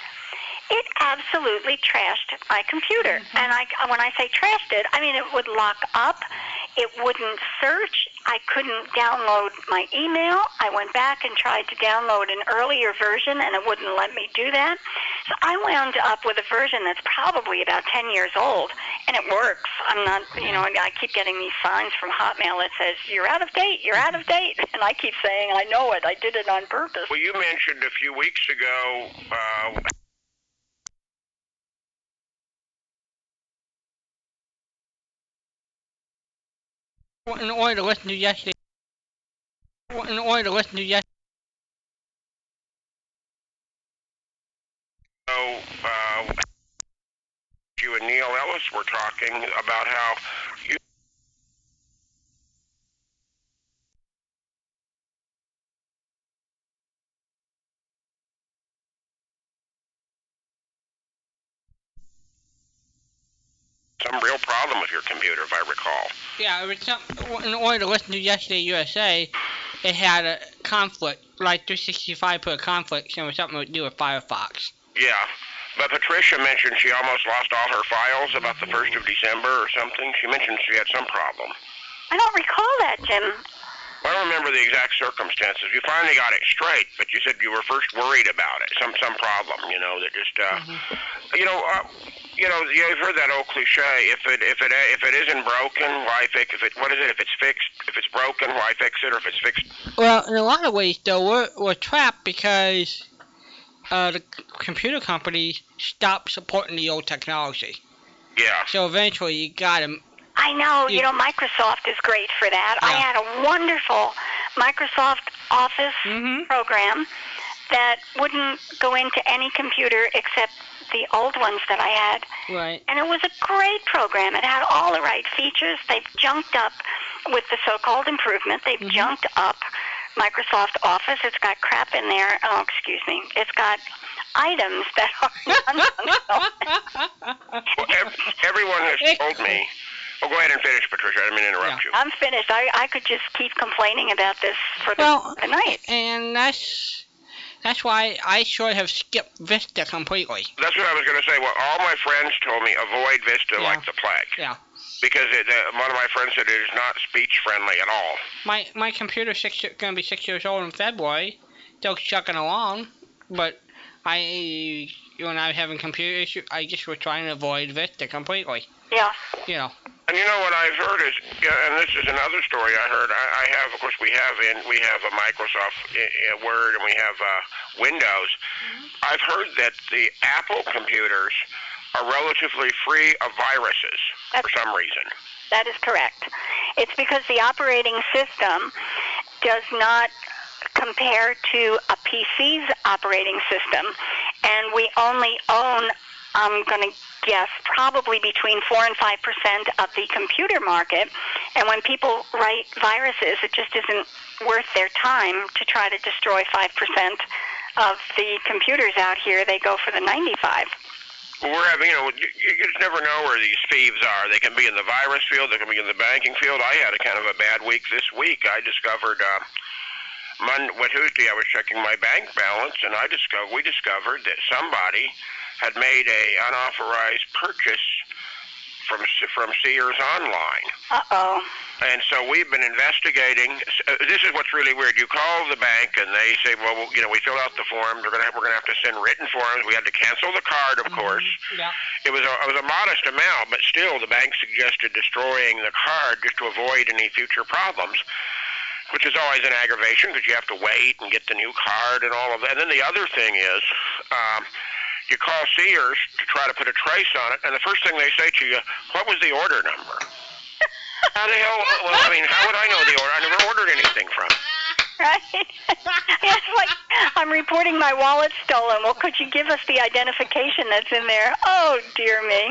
[SPEAKER 1] It absolutely trashed my computer. And I, when I say trashed it, I mean it would lock up. It wouldn't search. I couldn't download my email. I went back and tried to download an earlier version, and it wouldn't let me do that. So I wound up with a version that's probably about 10 years old, and it works. I'm not, you know, I keep getting these signs from Hotmail that says, you're out of date, you're out of date. And I keep saying, I know it, I did it on purpose.
[SPEAKER 4] Well, you mentioned a few weeks ago uh,
[SPEAKER 3] Well, In order to listen to yesterday. well, In order to listen to yesterday.
[SPEAKER 4] So, uh, you and Neil Ellis were talking about how you. Some real problem with your computer, if I recall.
[SPEAKER 3] Yeah, it was some, well, in order to listen to Yesterday USA, it had a conflict, like 365 put a conflict, and it was something to do with Firefox.
[SPEAKER 4] Yeah. But Patricia mentioned she almost lost all her files about the 1st of December or something. She mentioned she had some problem.
[SPEAKER 1] I don't recall that, Jim.
[SPEAKER 4] I don't remember the exact circumstances. You finally got it straight, but you said you were first worried about it. Some some problem, you know, that just uh,
[SPEAKER 3] Mm-hmm.
[SPEAKER 4] you know, uh, you know, yeah, you've heard that old cliche. If it if it if it isn't broken, why fix? If it what is it? If it's fixed, if it's broken, why fix it? Or if it's fixed,
[SPEAKER 3] Well, in a lot of ways, though, we're, we're trapped because uh, the c- computer companies stopped supporting the old technology.
[SPEAKER 4] yeah.
[SPEAKER 3] So eventually, you gotta.
[SPEAKER 1] I know, you
[SPEAKER 3] Yeah.
[SPEAKER 1] know, Microsoft is great for that. I
[SPEAKER 3] Yeah.
[SPEAKER 1] had a wonderful Microsoft Office
[SPEAKER 3] Mhm.
[SPEAKER 1] program that wouldn't go into any computer except the old ones that I had.
[SPEAKER 3] Right.
[SPEAKER 1] And it was a great program. It had all the right features. They've junked up with the so called improvement, they've
[SPEAKER 3] Mm-hmm.
[SPEAKER 1] junked up Microsoft Office. It's got crap in there. Oh, excuse me. It's got items that are.
[SPEAKER 4] Well, ev- everyone has told me. Well, go ahead and finish, Patricia. I didn't mean to interrupt you.
[SPEAKER 1] I'm finished. I, I could just keep complaining about this for the,
[SPEAKER 3] Well,
[SPEAKER 1] the night.
[SPEAKER 3] and that's that's why I should have skipped Vista completely.
[SPEAKER 4] That's what I was going to say. Well, all my friends told me avoid Vista
[SPEAKER 3] Yeah.
[SPEAKER 4] like the plague.
[SPEAKER 3] Yeah.
[SPEAKER 4] Because it, uh, one of my friends said it is not speech friendly at all.
[SPEAKER 3] My my computer's six, year- gonna be six years old in February. Still chugging along, but I when I was having computer issue, I just was trying to avoid Vista completely.
[SPEAKER 1] Yeah.
[SPEAKER 3] You know.
[SPEAKER 4] And you know what I've heard is, yeah, and this is another story I heard. I, I have, of course, we have in we have a Microsoft uh, uh, Word and we have uh, Windows. I've heard that the Apple computers are relatively free of viruses for
[SPEAKER 1] That's-
[SPEAKER 4] some reason.
[SPEAKER 1] That is correct. It's because the operating system does not compare to a PC's operating system, and we only own, I'm going to guess, probably between 4 and 5 percent of the computer market. And when people write viruses, it just isn't worth their time to try to destroy 5 percent of the computers out here. They go for the 95.
[SPEAKER 4] Well, we're having, you know, you, you just never know where these thieves are. They can be in the virus field, they can be in the banking field. I had a kind of a bad week this week. I discovered uh, Monday, well, Tuesday, I was checking my bank balance, and I discovered we discovered that somebody had made a unauthorized purchase from from Sears online.
[SPEAKER 1] Uh oh.
[SPEAKER 4] And so we've been investigating. uh, This is what's really weird. You call the bank and they say, "Well, you know, we filled out the forms. We're gonna have, we're gonna have to send written forms. We had to cancel the card, of
[SPEAKER 3] Mm-hmm.
[SPEAKER 4] course.
[SPEAKER 3] Yeah.
[SPEAKER 4] It was a it was a modest amount, but still, the bank suggested destroying the card just to avoid any future problems, which is always an aggravation because you have to wait and get the new card and all of that. And then the other thing is. Um, you call Sears to try to put a trace on it, and the first thing they say to you, "What was the order number?" How the hell? Well, I mean, how would I know the order? I never ordered anything from. it.
[SPEAKER 1] right? it's like I'm reporting my wallet stolen. Well, could you give us the identification that's in there? Oh dear me.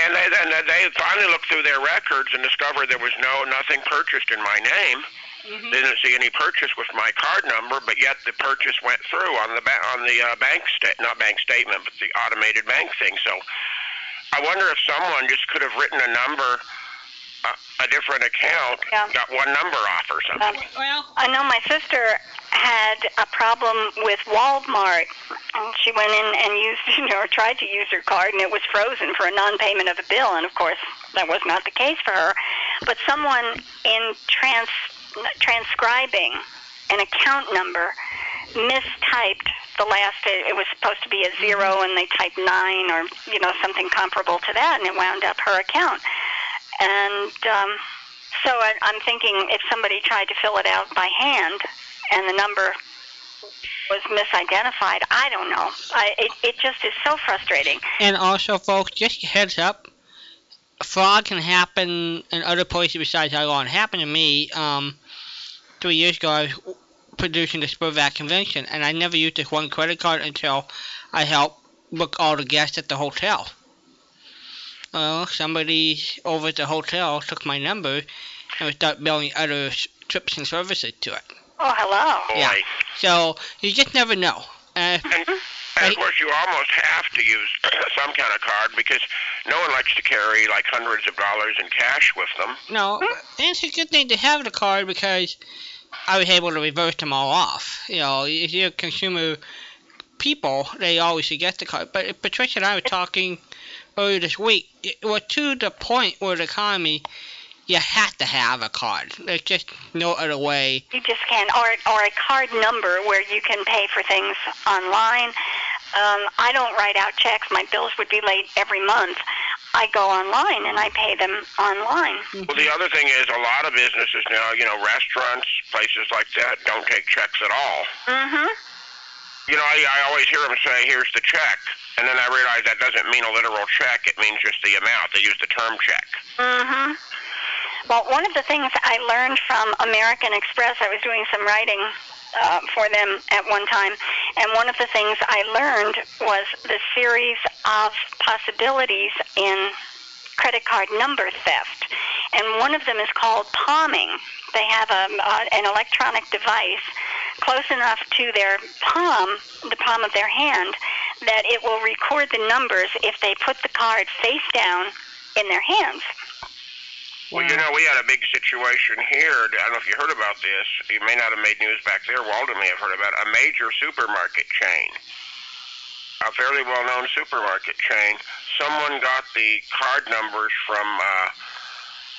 [SPEAKER 4] And they, and they finally looked through their records and discovered there was no nothing purchased in my name.
[SPEAKER 3] Mhm.
[SPEAKER 4] Didn't see any purchase with my card number, but yet the purchase went through on the ba- on the uh, bank stat not bank statement, but the automated bank thing. So I wonder if someone just could have written a number, a, a different account,
[SPEAKER 1] Yeah.
[SPEAKER 4] got one number off or
[SPEAKER 1] Um,
[SPEAKER 4] something.
[SPEAKER 3] Well,
[SPEAKER 1] I know my sister had a problem with Walmart, and she went in and used, you know, or tried to use her card, and it was frozen for a non-payment of a bill, and of course that was not the case for her. But someone in trans transcribing an account number mistyped the last. It, it was supposed to be a zero, and they typed nine, or you know, something comparable to that, and it wound up her account. And um, so I, I'm thinking if somebody tried to fill it out by hand and the number was misidentified, I don't know. I, it, it just is so frustrating.
[SPEAKER 3] and also, folks, just a heads up. Fraud can happen in other places besides Taiwan. It happened to me um, three years ago. I was producing the Spurvac convention, and I never used this one credit card until I helped book all the guests at the hotel. Well, somebody over at the hotel took my number and would start billing other s- trips and services to it.
[SPEAKER 1] Oh, hello.
[SPEAKER 4] Boy.
[SPEAKER 3] Yeah. So you just never know. Uh,
[SPEAKER 4] And, and of course, you almost have to use some kind of card because no one likes to carry like hundreds of dollars in cash with them.
[SPEAKER 3] No, it's a good thing to have the card because I was able to reverse them all off. You know, if you're consumer people, they always suggest the card. But Patricia and I were talking earlier this week. It, well, to the point where the economy, you have to have a card. There's just no other way.
[SPEAKER 1] You just can, or, or a card number where you can pay for things online. Um, I don't write out checks. My bills would be late every month. I go online and I pay them online.
[SPEAKER 4] Well, the other thing is a lot of businesses now, you know, restaurants, places like that, don't take checks at all.
[SPEAKER 1] Mm-hmm.
[SPEAKER 4] You know, I, I always hear them say, "Here's the check," and then I realize that doesn't mean a literal check. It means just the amount. They use the term check.
[SPEAKER 1] hmm Well, one of the things I learned from American Express, I was doing some writing uh, for them at one time, and one of the things I learned was the series of possibilities in credit card number theft. And one of them is called palming. They have a, uh, an electronic device close enough to their palm, the palm of their hand, that it will record the numbers if they put the card face down in their hands.
[SPEAKER 4] Well, you know, we had a big situation here. I don't know if you heard about this. You may not have made news back there. Walden may have heard about it. a major supermarket chain, a fairly well-known supermarket chain. Someone got the card numbers from, uh,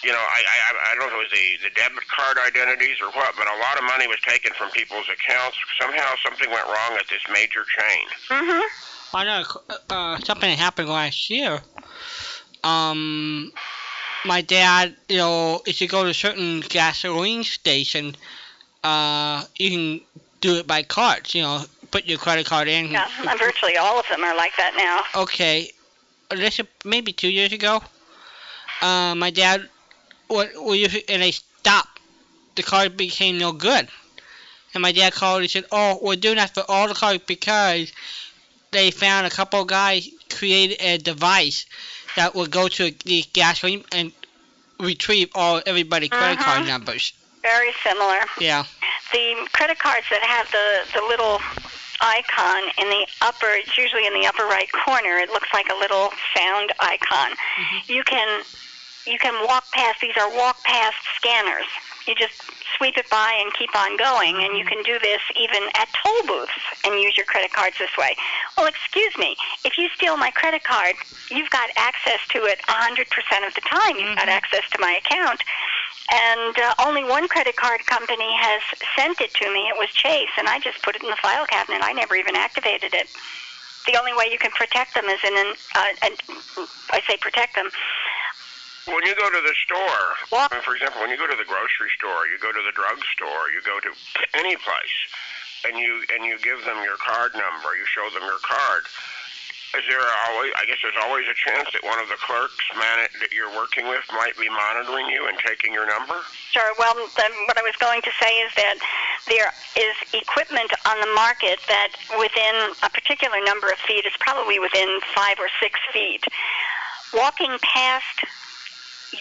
[SPEAKER 4] you know, I, I I- I don't know if it was the the debit card identities or what, but a lot of money was taken from people's accounts. Somehow, something went wrong at this major chain.
[SPEAKER 1] Mm-hmm.
[SPEAKER 3] I know uh, something that happened last year. Um, my dad, you know, if you go to a certain gasoline station, uh, you can do it by cards. You know, put your credit card in.
[SPEAKER 1] Yeah, and virtually all of them are like that now.
[SPEAKER 3] Okay, this is maybe two years ago. Uh, my dad, what were you? And they stopped. The card became no good. And my dad called and said, "Oh, we're doing that for all the cards because they found a couple of guys created a device that would go to the gasoline and retrieve all everybody credit card
[SPEAKER 1] Mhm.
[SPEAKER 3] numbers."
[SPEAKER 1] Very similar.
[SPEAKER 3] Yeah.
[SPEAKER 1] The credit cards that have the, the little icon in the upper, it's usually in the upper right corner, it looks like a little sound icon. You can you can walk past these are walk past scanners. You just sweep it by and keep on going and you can do this even at toll booths and use your credit cards this way. Well, excuse me, if you steal my credit card, you've got access to it 100% of the time. You've got access to my account. And uh, only one credit card company has sent it to me. It was Chase, and I just put it in the file cabinet. I never even activated it. The only way you can protect them is in an, uh, an I say protect them,
[SPEAKER 4] When you go to the store,
[SPEAKER 1] Well-
[SPEAKER 4] for example, when you go to the grocery store, you go to the drugstore, you go to any place, and you and you give them your card number, you show them your card. Is there always? I guess there's always a chance that one of the clerks man that you're working with might be monitoring you and taking your number.
[SPEAKER 1] Sure. Well, then what I was going to say is that there is equipment on the market that within a particular number of feet, it's probably within five or six feet. Walking past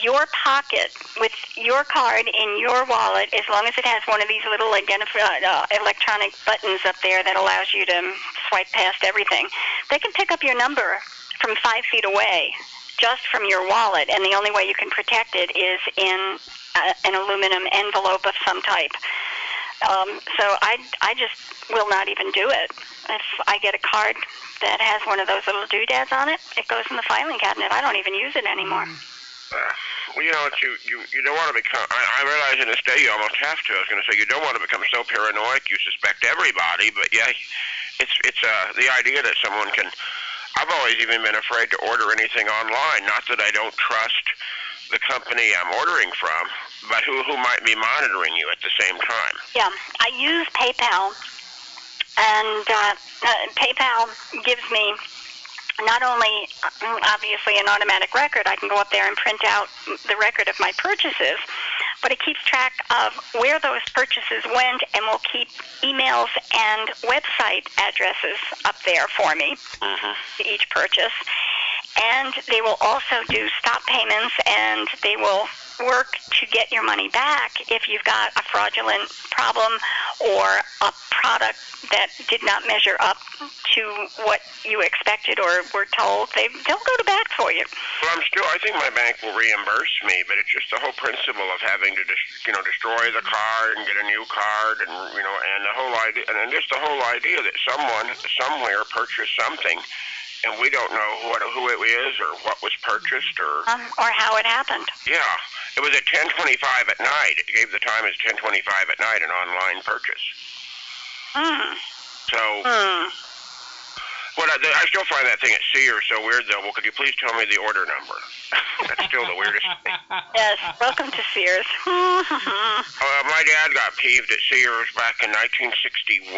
[SPEAKER 1] your pocket with your card in your wallet, as long as it has one of these little identif- uh, uh, electronic buttons up there that allows you to swipe past everything. They can pick up your number from five feet away, just from your wallet, and the only way you can protect it is in uh, an aluminum envelope of some type. Um, so I, I just will not even do it. If I get a card that has one of those little doodads on it, it goes in the filing cabinet. I don't even use it anymore.
[SPEAKER 4] Uh, well, you know, it's, you, you you don't want to become. I, I realize in this day you almost have to. I was going to say you don't want to become so paranoid you suspect everybody, but yeah, it's it's uh, the idea that someone can. I've always even been afraid to order anything online. Not that I don't trust the company I'm ordering from, but who who might be monitoring you at the same time.
[SPEAKER 1] Yeah, I use PayPal, and uh, uh, PayPal gives me not only uh, obviously an automatic record, I can go up there and print out the record of my purchases, but it keeps track of where those purchases went and will keep emails and website addresses up there for me
[SPEAKER 4] Mm-hmm.
[SPEAKER 1] to each purchase. And they will also do stop payments and they will work to get your money back if you've got a fraudulent problem or a product that did not measure up to what you expected or were told. They, they'll go to bat for you.
[SPEAKER 4] Well, I'm still. I think my bank will reimburse me, but it's just the whole principle of having to, dis- you know, destroy the card and get a new card, and you know, and the whole idea, and then just the whole idea that someone somewhere purchased something, and we don't know what who it is or what was purchased or
[SPEAKER 1] Um, or how it happened.
[SPEAKER 4] yeah. It was at 10:25 at night. It gave the time as 10:25 at night an online purchase.
[SPEAKER 1] Hmm.
[SPEAKER 4] So
[SPEAKER 1] Hmm.
[SPEAKER 4] what I, I still find that thing at Sears so weird though. Well, could you please tell me the order number? That's still the weirdest thing.
[SPEAKER 1] Yes.
[SPEAKER 3] Uh,
[SPEAKER 1] Welcome to Sears.
[SPEAKER 4] Uh, my dad got peeved at Sears back in 1961,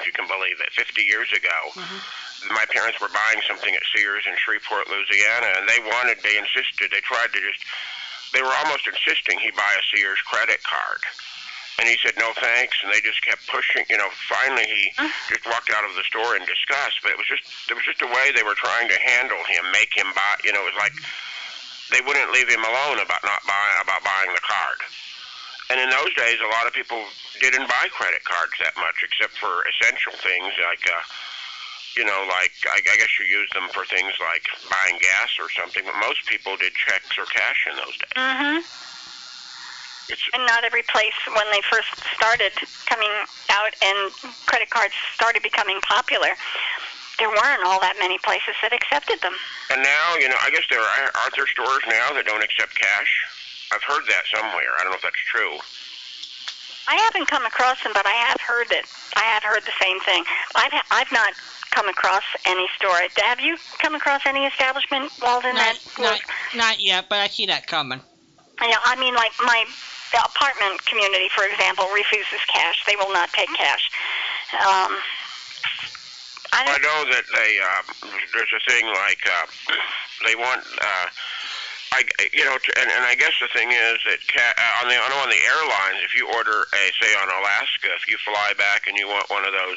[SPEAKER 4] if you can believe it, 50 years ago. My parents were buying something at Sears in Shreveport, Louisiana, and they wanted, they insisted, they tried to just, they were almost insisting he buy a Sears credit card. And he said, no thanks, and they just kept pushing. You know, finally he just walked out of the store in disgust, but it was just, there was just a way they were trying to handle him, make him buy, you know, it was like, they wouldn't leave him alone about not buying, about buying the card. And in those days, a lot of people didn't buy credit cards that much, except for essential things like, uh, you know, like I, I guess you use them for things like buying gas or something. But most people did checks or cash in those days.
[SPEAKER 1] hmm
[SPEAKER 4] It's
[SPEAKER 1] And not every place, when they first started coming out and credit cards started becoming popular, there weren't all that many places that accepted them.
[SPEAKER 4] and now you know I guess there are aren't there stores now that don't accept cash. I've heard that somewhere. I don't know if that's true.
[SPEAKER 1] I haven't come across them, but I have heard it. I have heard the same thing. I've ha- I've not come across any store. Have you come across any establishment, Walden?
[SPEAKER 3] not,
[SPEAKER 1] that
[SPEAKER 3] not,
[SPEAKER 1] was,
[SPEAKER 3] not yet, but I see that coming.
[SPEAKER 1] you know, I mean, like my the apartment community, for example, refuses cash. They will not take cash. Um, I don't.
[SPEAKER 4] I know that they uh, there's a thing like uh, they want uh, I you know to, and, and I guess the thing is that ca- uh, on the I know on the airlines if you order a say on Alaska if you fly back and you want one of those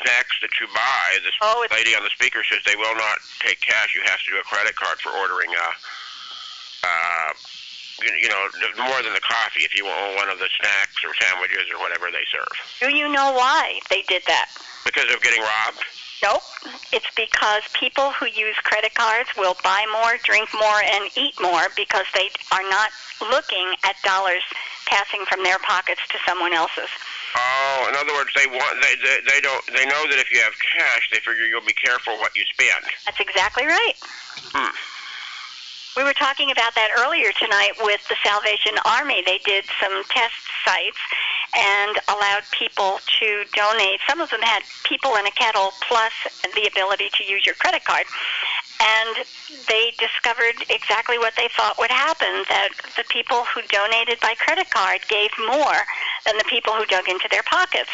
[SPEAKER 4] snacks that you buy this
[SPEAKER 1] Oh, it's
[SPEAKER 4] lady on the speaker says they will not take cash you have to do a credit card for ordering uh uh you, you know more than the coffee if you want one of the snacks or sandwiches or whatever they serve
[SPEAKER 1] do you know why they did that?
[SPEAKER 4] because of getting robbed
[SPEAKER 1] Nope. It's because people who use credit cards will buy more, drink more, and eat more because they are not looking at dollars passing from their pockets to someone else's.
[SPEAKER 4] Oh, in other words, they want they, they they don't they know that if you have cash, they figure you'll be careful what you spend.
[SPEAKER 1] That's exactly right.
[SPEAKER 4] Hmm.
[SPEAKER 1] We were talking about that earlier tonight with the Salvation Army. They did some test sites and allowed people to donate. Some of them had people in a kettle plus the ability to use your credit card. And they discovered exactly what they thought would happen that the people who donated by credit card gave more than the people who dug into their pockets.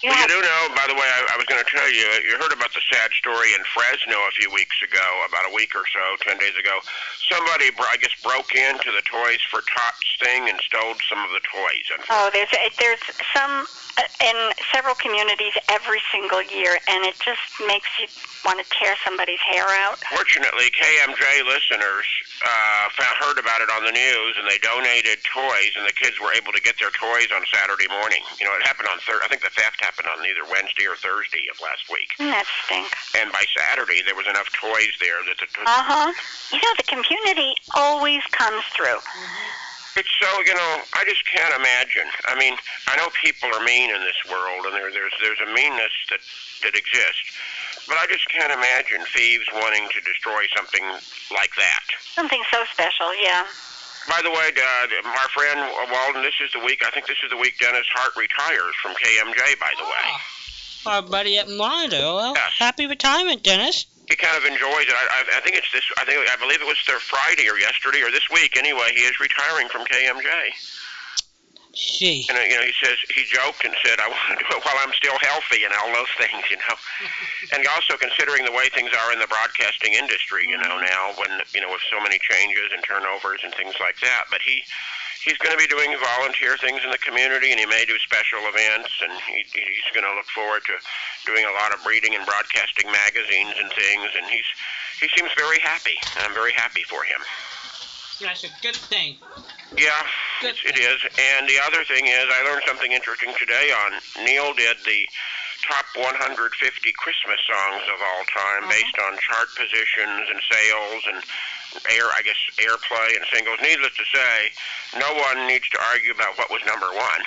[SPEAKER 1] You
[SPEAKER 4] Well, you
[SPEAKER 1] have,
[SPEAKER 4] do know, by the way, I, I was going to tell you, you heard about the sad story in Fresno a few weeks ago, about a week or so, 10 days ago. Somebody, bro- I guess, broke into the Toys for Tots thing and stole some of the toys. And
[SPEAKER 1] oh, there's it- there's some uh, in several communities every single year, and it just makes you want to tear somebody's hair out.
[SPEAKER 4] Fortunately, KMJ listeners uh, found, heard about it on the news, and they donated toys, and the kids were able to get their toys on Saturday morning. You know, it happened on Thursday. I think the theft happened on either Wednesday or Thursday of last week.
[SPEAKER 1] Doesn't that stink?
[SPEAKER 4] And by Saturday, there was enough toys there that the
[SPEAKER 1] Uh huh. You know, the community always comes through.
[SPEAKER 4] It's so you know, I just can't imagine. I mean, I know people are mean in this world, and there, there's there's a meanness that that exists, but I just can't imagine thieves wanting to destroy something like that.
[SPEAKER 1] Something so special, yeah.
[SPEAKER 4] By the way, uh, our friend Walden, this is the week. I think this is the week Dennis Hart retires from KMJ. By the way,
[SPEAKER 3] Ah. Our buddy at Monitor. Well,
[SPEAKER 4] Yes.
[SPEAKER 3] happy retirement, Dennis.
[SPEAKER 4] he kind of enjoys it. I, I, I think it's this. I think I believe it was their Friday or yesterday or this week. Anyway, he is retiring from KMJ.
[SPEAKER 3] Gee.
[SPEAKER 4] And uh, you know, he says he joked and said, "I want to do it while I'm still healthy," and all those things, you know. and also considering the way things are in the broadcasting industry, you know, now when you know with so many changes and turnovers and things like that. But he he's going to be doing volunteer things in the community, and he may do special events, and he, he's going to look forward to doing a lot of reading and broadcasting magazines and things. And he's he seems very happy, and I'm very happy for him.
[SPEAKER 3] That's a good thing.
[SPEAKER 4] Yeah,
[SPEAKER 3] Good.
[SPEAKER 4] it's- it is. And the other thing is, I learned something interesting today on Neil did the top 150 Christmas songs of all time
[SPEAKER 3] Mhm.
[SPEAKER 4] based on chart positions and sales and air, I guess, airplay and singles. Needless to say, no one needs to argue about what was number one.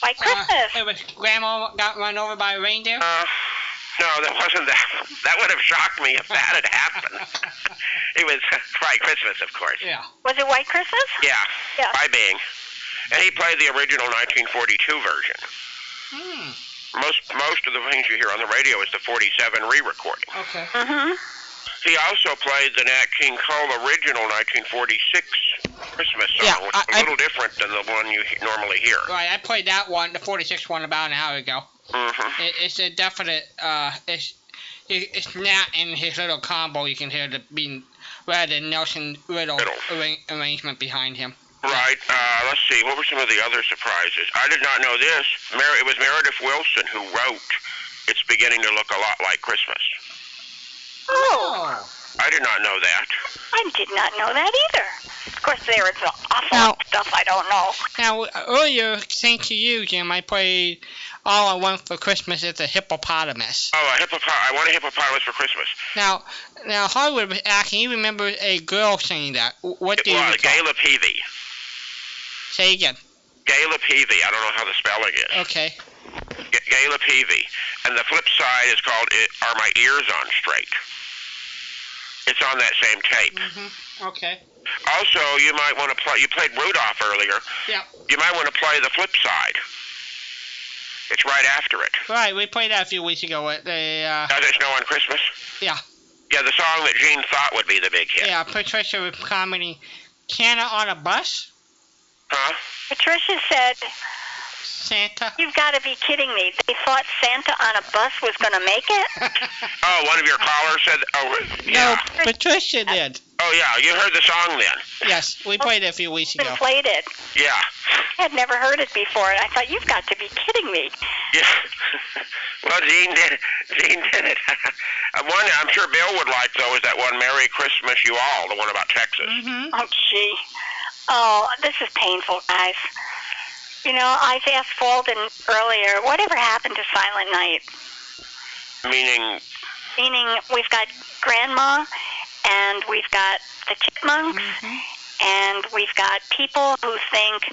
[SPEAKER 1] Like Christmas.
[SPEAKER 3] Uh, it was Grandma got run over by a reindeer.
[SPEAKER 4] Uh, no, that wasn't that. That would have shocked me if that had happened. it was by Christmas, of course.
[SPEAKER 3] yeah.
[SPEAKER 1] Was it White Christmas?
[SPEAKER 4] Yeah,
[SPEAKER 1] Yeah.
[SPEAKER 4] by Bing. And he played the original 1942 version.
[SPEAKER 3] Hmm.
[SPEAKER 4] most most of the things you hear on the radio is the 47 re-recording.
[SPEAKER 3] Okay.
[SPEAKER 1] Mm-hmm.
[SPEAKER 4] He also played the Nat King Cole original 1946 Christmas song,
[SPEAKER 3] Yeah,
[SPEAKER 4] which
[SPEAKER 3] I-
[SPEAKER 4] is a
[SPEAKER 3] I-
[SPEAKER 4] little different than the one you he- normally hear.
[SPEAKER 3] Right, I played that one, the 46 one, about an hour ago.
[SPEAKER 4] Mm-hmm.
[SPEAKER 3] It, it's a definite, uh, it's, it, it's Nat and his little combo. You can hear the being rather than Nelson Riddle
[SPEAKER 4] Riddle.
[SPEAKER 3] arra- arrangement behind him.
[SPEAKER 4] Right. Uh, let's see. What were some of the other surprises? I did not know this. Mer- it was Meredith Wilson who wrote. It's beginning to look a lot like Christmas.
[SPEAKER 1] Oh,
[SPEAKER 4] I did not know that.
[SPEAKER 1] I did not know that either. Of course, there is an awful
[SPEAKER 3] Now-
[SPEAKER 1] lot of stuff I don't know.
[SPEAKER 3] Now, earlier, thanks to you, Jim, I played All I Want for Christmas is a Hippopotamus.
[SPEAKER 4] Oh, a hippopotamus. I want a hippopotamus for Christmas.
[SPEAKER 3] Now, now Hollywood was asking, you remember a girl singing that. W- What
[SPEAKER 4] It
[SPEAKER 3] do you
[SPEAKER 4] was
[SPEAKER 3] recall?
[SPEAKER 4] Gayla Peavy.
[SPEAKER 3] Say again.
[SPEAKER 4] Gayla Peavy. I don't know how the spelling is.
[SPEAKER 3] Okay.
[SPEAKER 4] G- Gayla Peavy, and the flip side is called it, "Are My Ears On Straight." It's on that same tape.
[SPEAKER 3] Mm-hmm. Okay.
[SPEAKER 4] Also, you might want to play. You played Rudolph earlier.
[SPEAKER 3] Yeah.
[SPEAKER 4] You might want to play the flip side. It's right after it.
[SPEAKER 3] Right, we played that a few weeks ago at the, uh,
[SPEAKER 4] Does it snow on Christmas?
[SPEAKER 3] Yeah.
[SPEAKER 4] Yeah, the song that Gene thought would be the big hit.
[SPEAKER 3] yeah, Patricia was commenting, Santa on a bus?
[SPEAKER 4] Huh?
[SPEAKER 1] Patricia said,
[SPEAKER 3] Santa?
[SPEAKER 1] You've got to be kidding me. They thought Santa on a bus was going to make it?
[SPEAKER 4] Oh, one of your callers said. Oh, yeah.
[SPEAKER 3] No, Patricia did.
[SPEAKER 4] Oh, yeah. You heard the song then.
[SPEAKER 3] Yes, we played it a few weeks ago.
[SPEAKER 1] Inflated.
[SPEAKER 4] Yeah.
[SPEAKER 1] I had never heard it before, and I thought, You've got to be kidding me.
[SPEAKER 4] Yeah. well, Gene did. Gene did it. Uh, one I'm sure Bill would like though is that one "Merry Christmas, You All," the one about Texas.
[SPEAKER 3] Mm-hmm.
[SPEAKER 1] Oh, gee. Oh, this is painful, guys. You know, I asked Walden earlier, whatever happened to Silent Night?
[SPEAKER 4] Meaning,
[SPEAKER 1] Meaning, we've got Grandma, and we've got the Chipmunks, and we've got people who think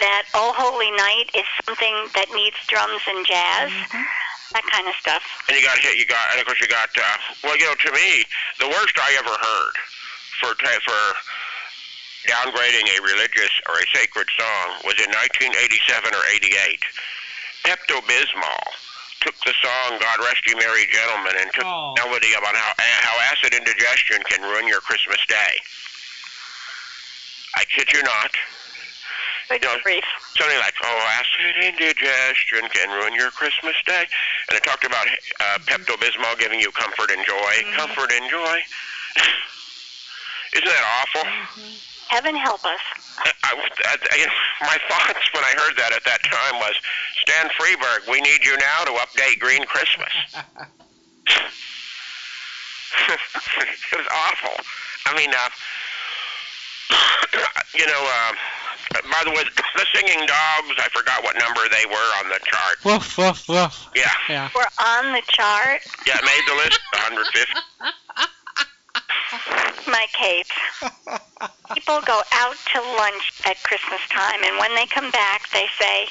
[SPEAKER 1] that Oh Holy Night is something that needs drums and jazz, that kind of stuff.
[SPEAKER 4] and you got hit. You got, and of course you got. Uh, well, you know, to me, the worst I ever heard for ta- for downgrading a religious or a sacred song was in 1987 or 88. Pepto Bismol took the song "God Rest You Merry Gentlemen" and took
[SPEAKER 3] Oh.
[SPEAKER 4] melody about how how acid indigestion can ruin your Christmas day. I kid you not.
[SPEAKER 1] Good
[SPEAKER 4] You know,
[SPEAKER 1] grief.
[SPEAKER 4] something like, "Oh, acid indigestion can ruin your Christmas day," and it talked about uh, Pepto Bismol giving you comfort and joy, comfort and joy. Isn't that awful?
[SPEAKER 1] Heaven help us.
[SPEAKER 4] I, I, I, my thoughts when I heard that at that time was, Stan Freeberg, we need you now to update Green Christmas. it was awful. I mean, uh, you know, uh, by the way, the singing dogs, I forgot what number they were on the chart.
[SPEAKER 3] Woof, woof, woof.
[SPEAKER 4] Yeah,
[SPEAKER 3] Yeah.
[SPEAKER 1] We're on the chart.
[SPEAKER 4] yeah, it made the list 150.
[SPEAKER 1] My Kate. People go out to lunch at Christmas time, and when they come back, they say,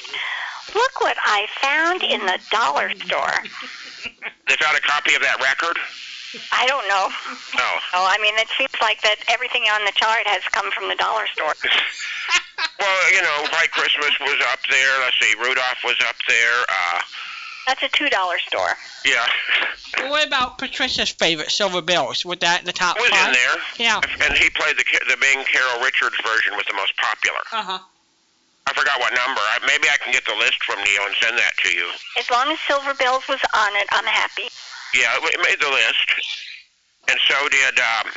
[SPEAKER 1] Look what I found in the dollar store.
[SPEAKER 4] They found a copy of that record?
[SPEAKER 1] I don't know.
[SPEAKER 4] No.
[SPEAKER 1] Oh, I mean, it seems like that everything on the chart has come from the dollar store.
[SPEAKER 4] Well, you know, White Christmas was up there. Let's see, Rudolph was up there. Uh,
[SPEAKER 1] That's a $2 store.
[SPEAKER 4] yeah,
[SPEAKER 3] Well, what about Patricia's favorite, Silver Bills? Would that in the top
[SPEAKER 4] was
[SPEAKER 3] five?
[SPEAKER 4] in there.
[SPEAKER 3] Yeah.
[SPEAKER 4] And he played the the Bing Carol Richards version was the most popular.
[SPEAKER 3] Uh huh.
[SPEAKER 4] I forgot what number. I, maybe I can get the list from Neil and send that to you.
[SPEAKER 1] As long as Silver Bills was on it, I'm happy.
[SPEAKER 4] Yeah, it made the list, and so did. Um,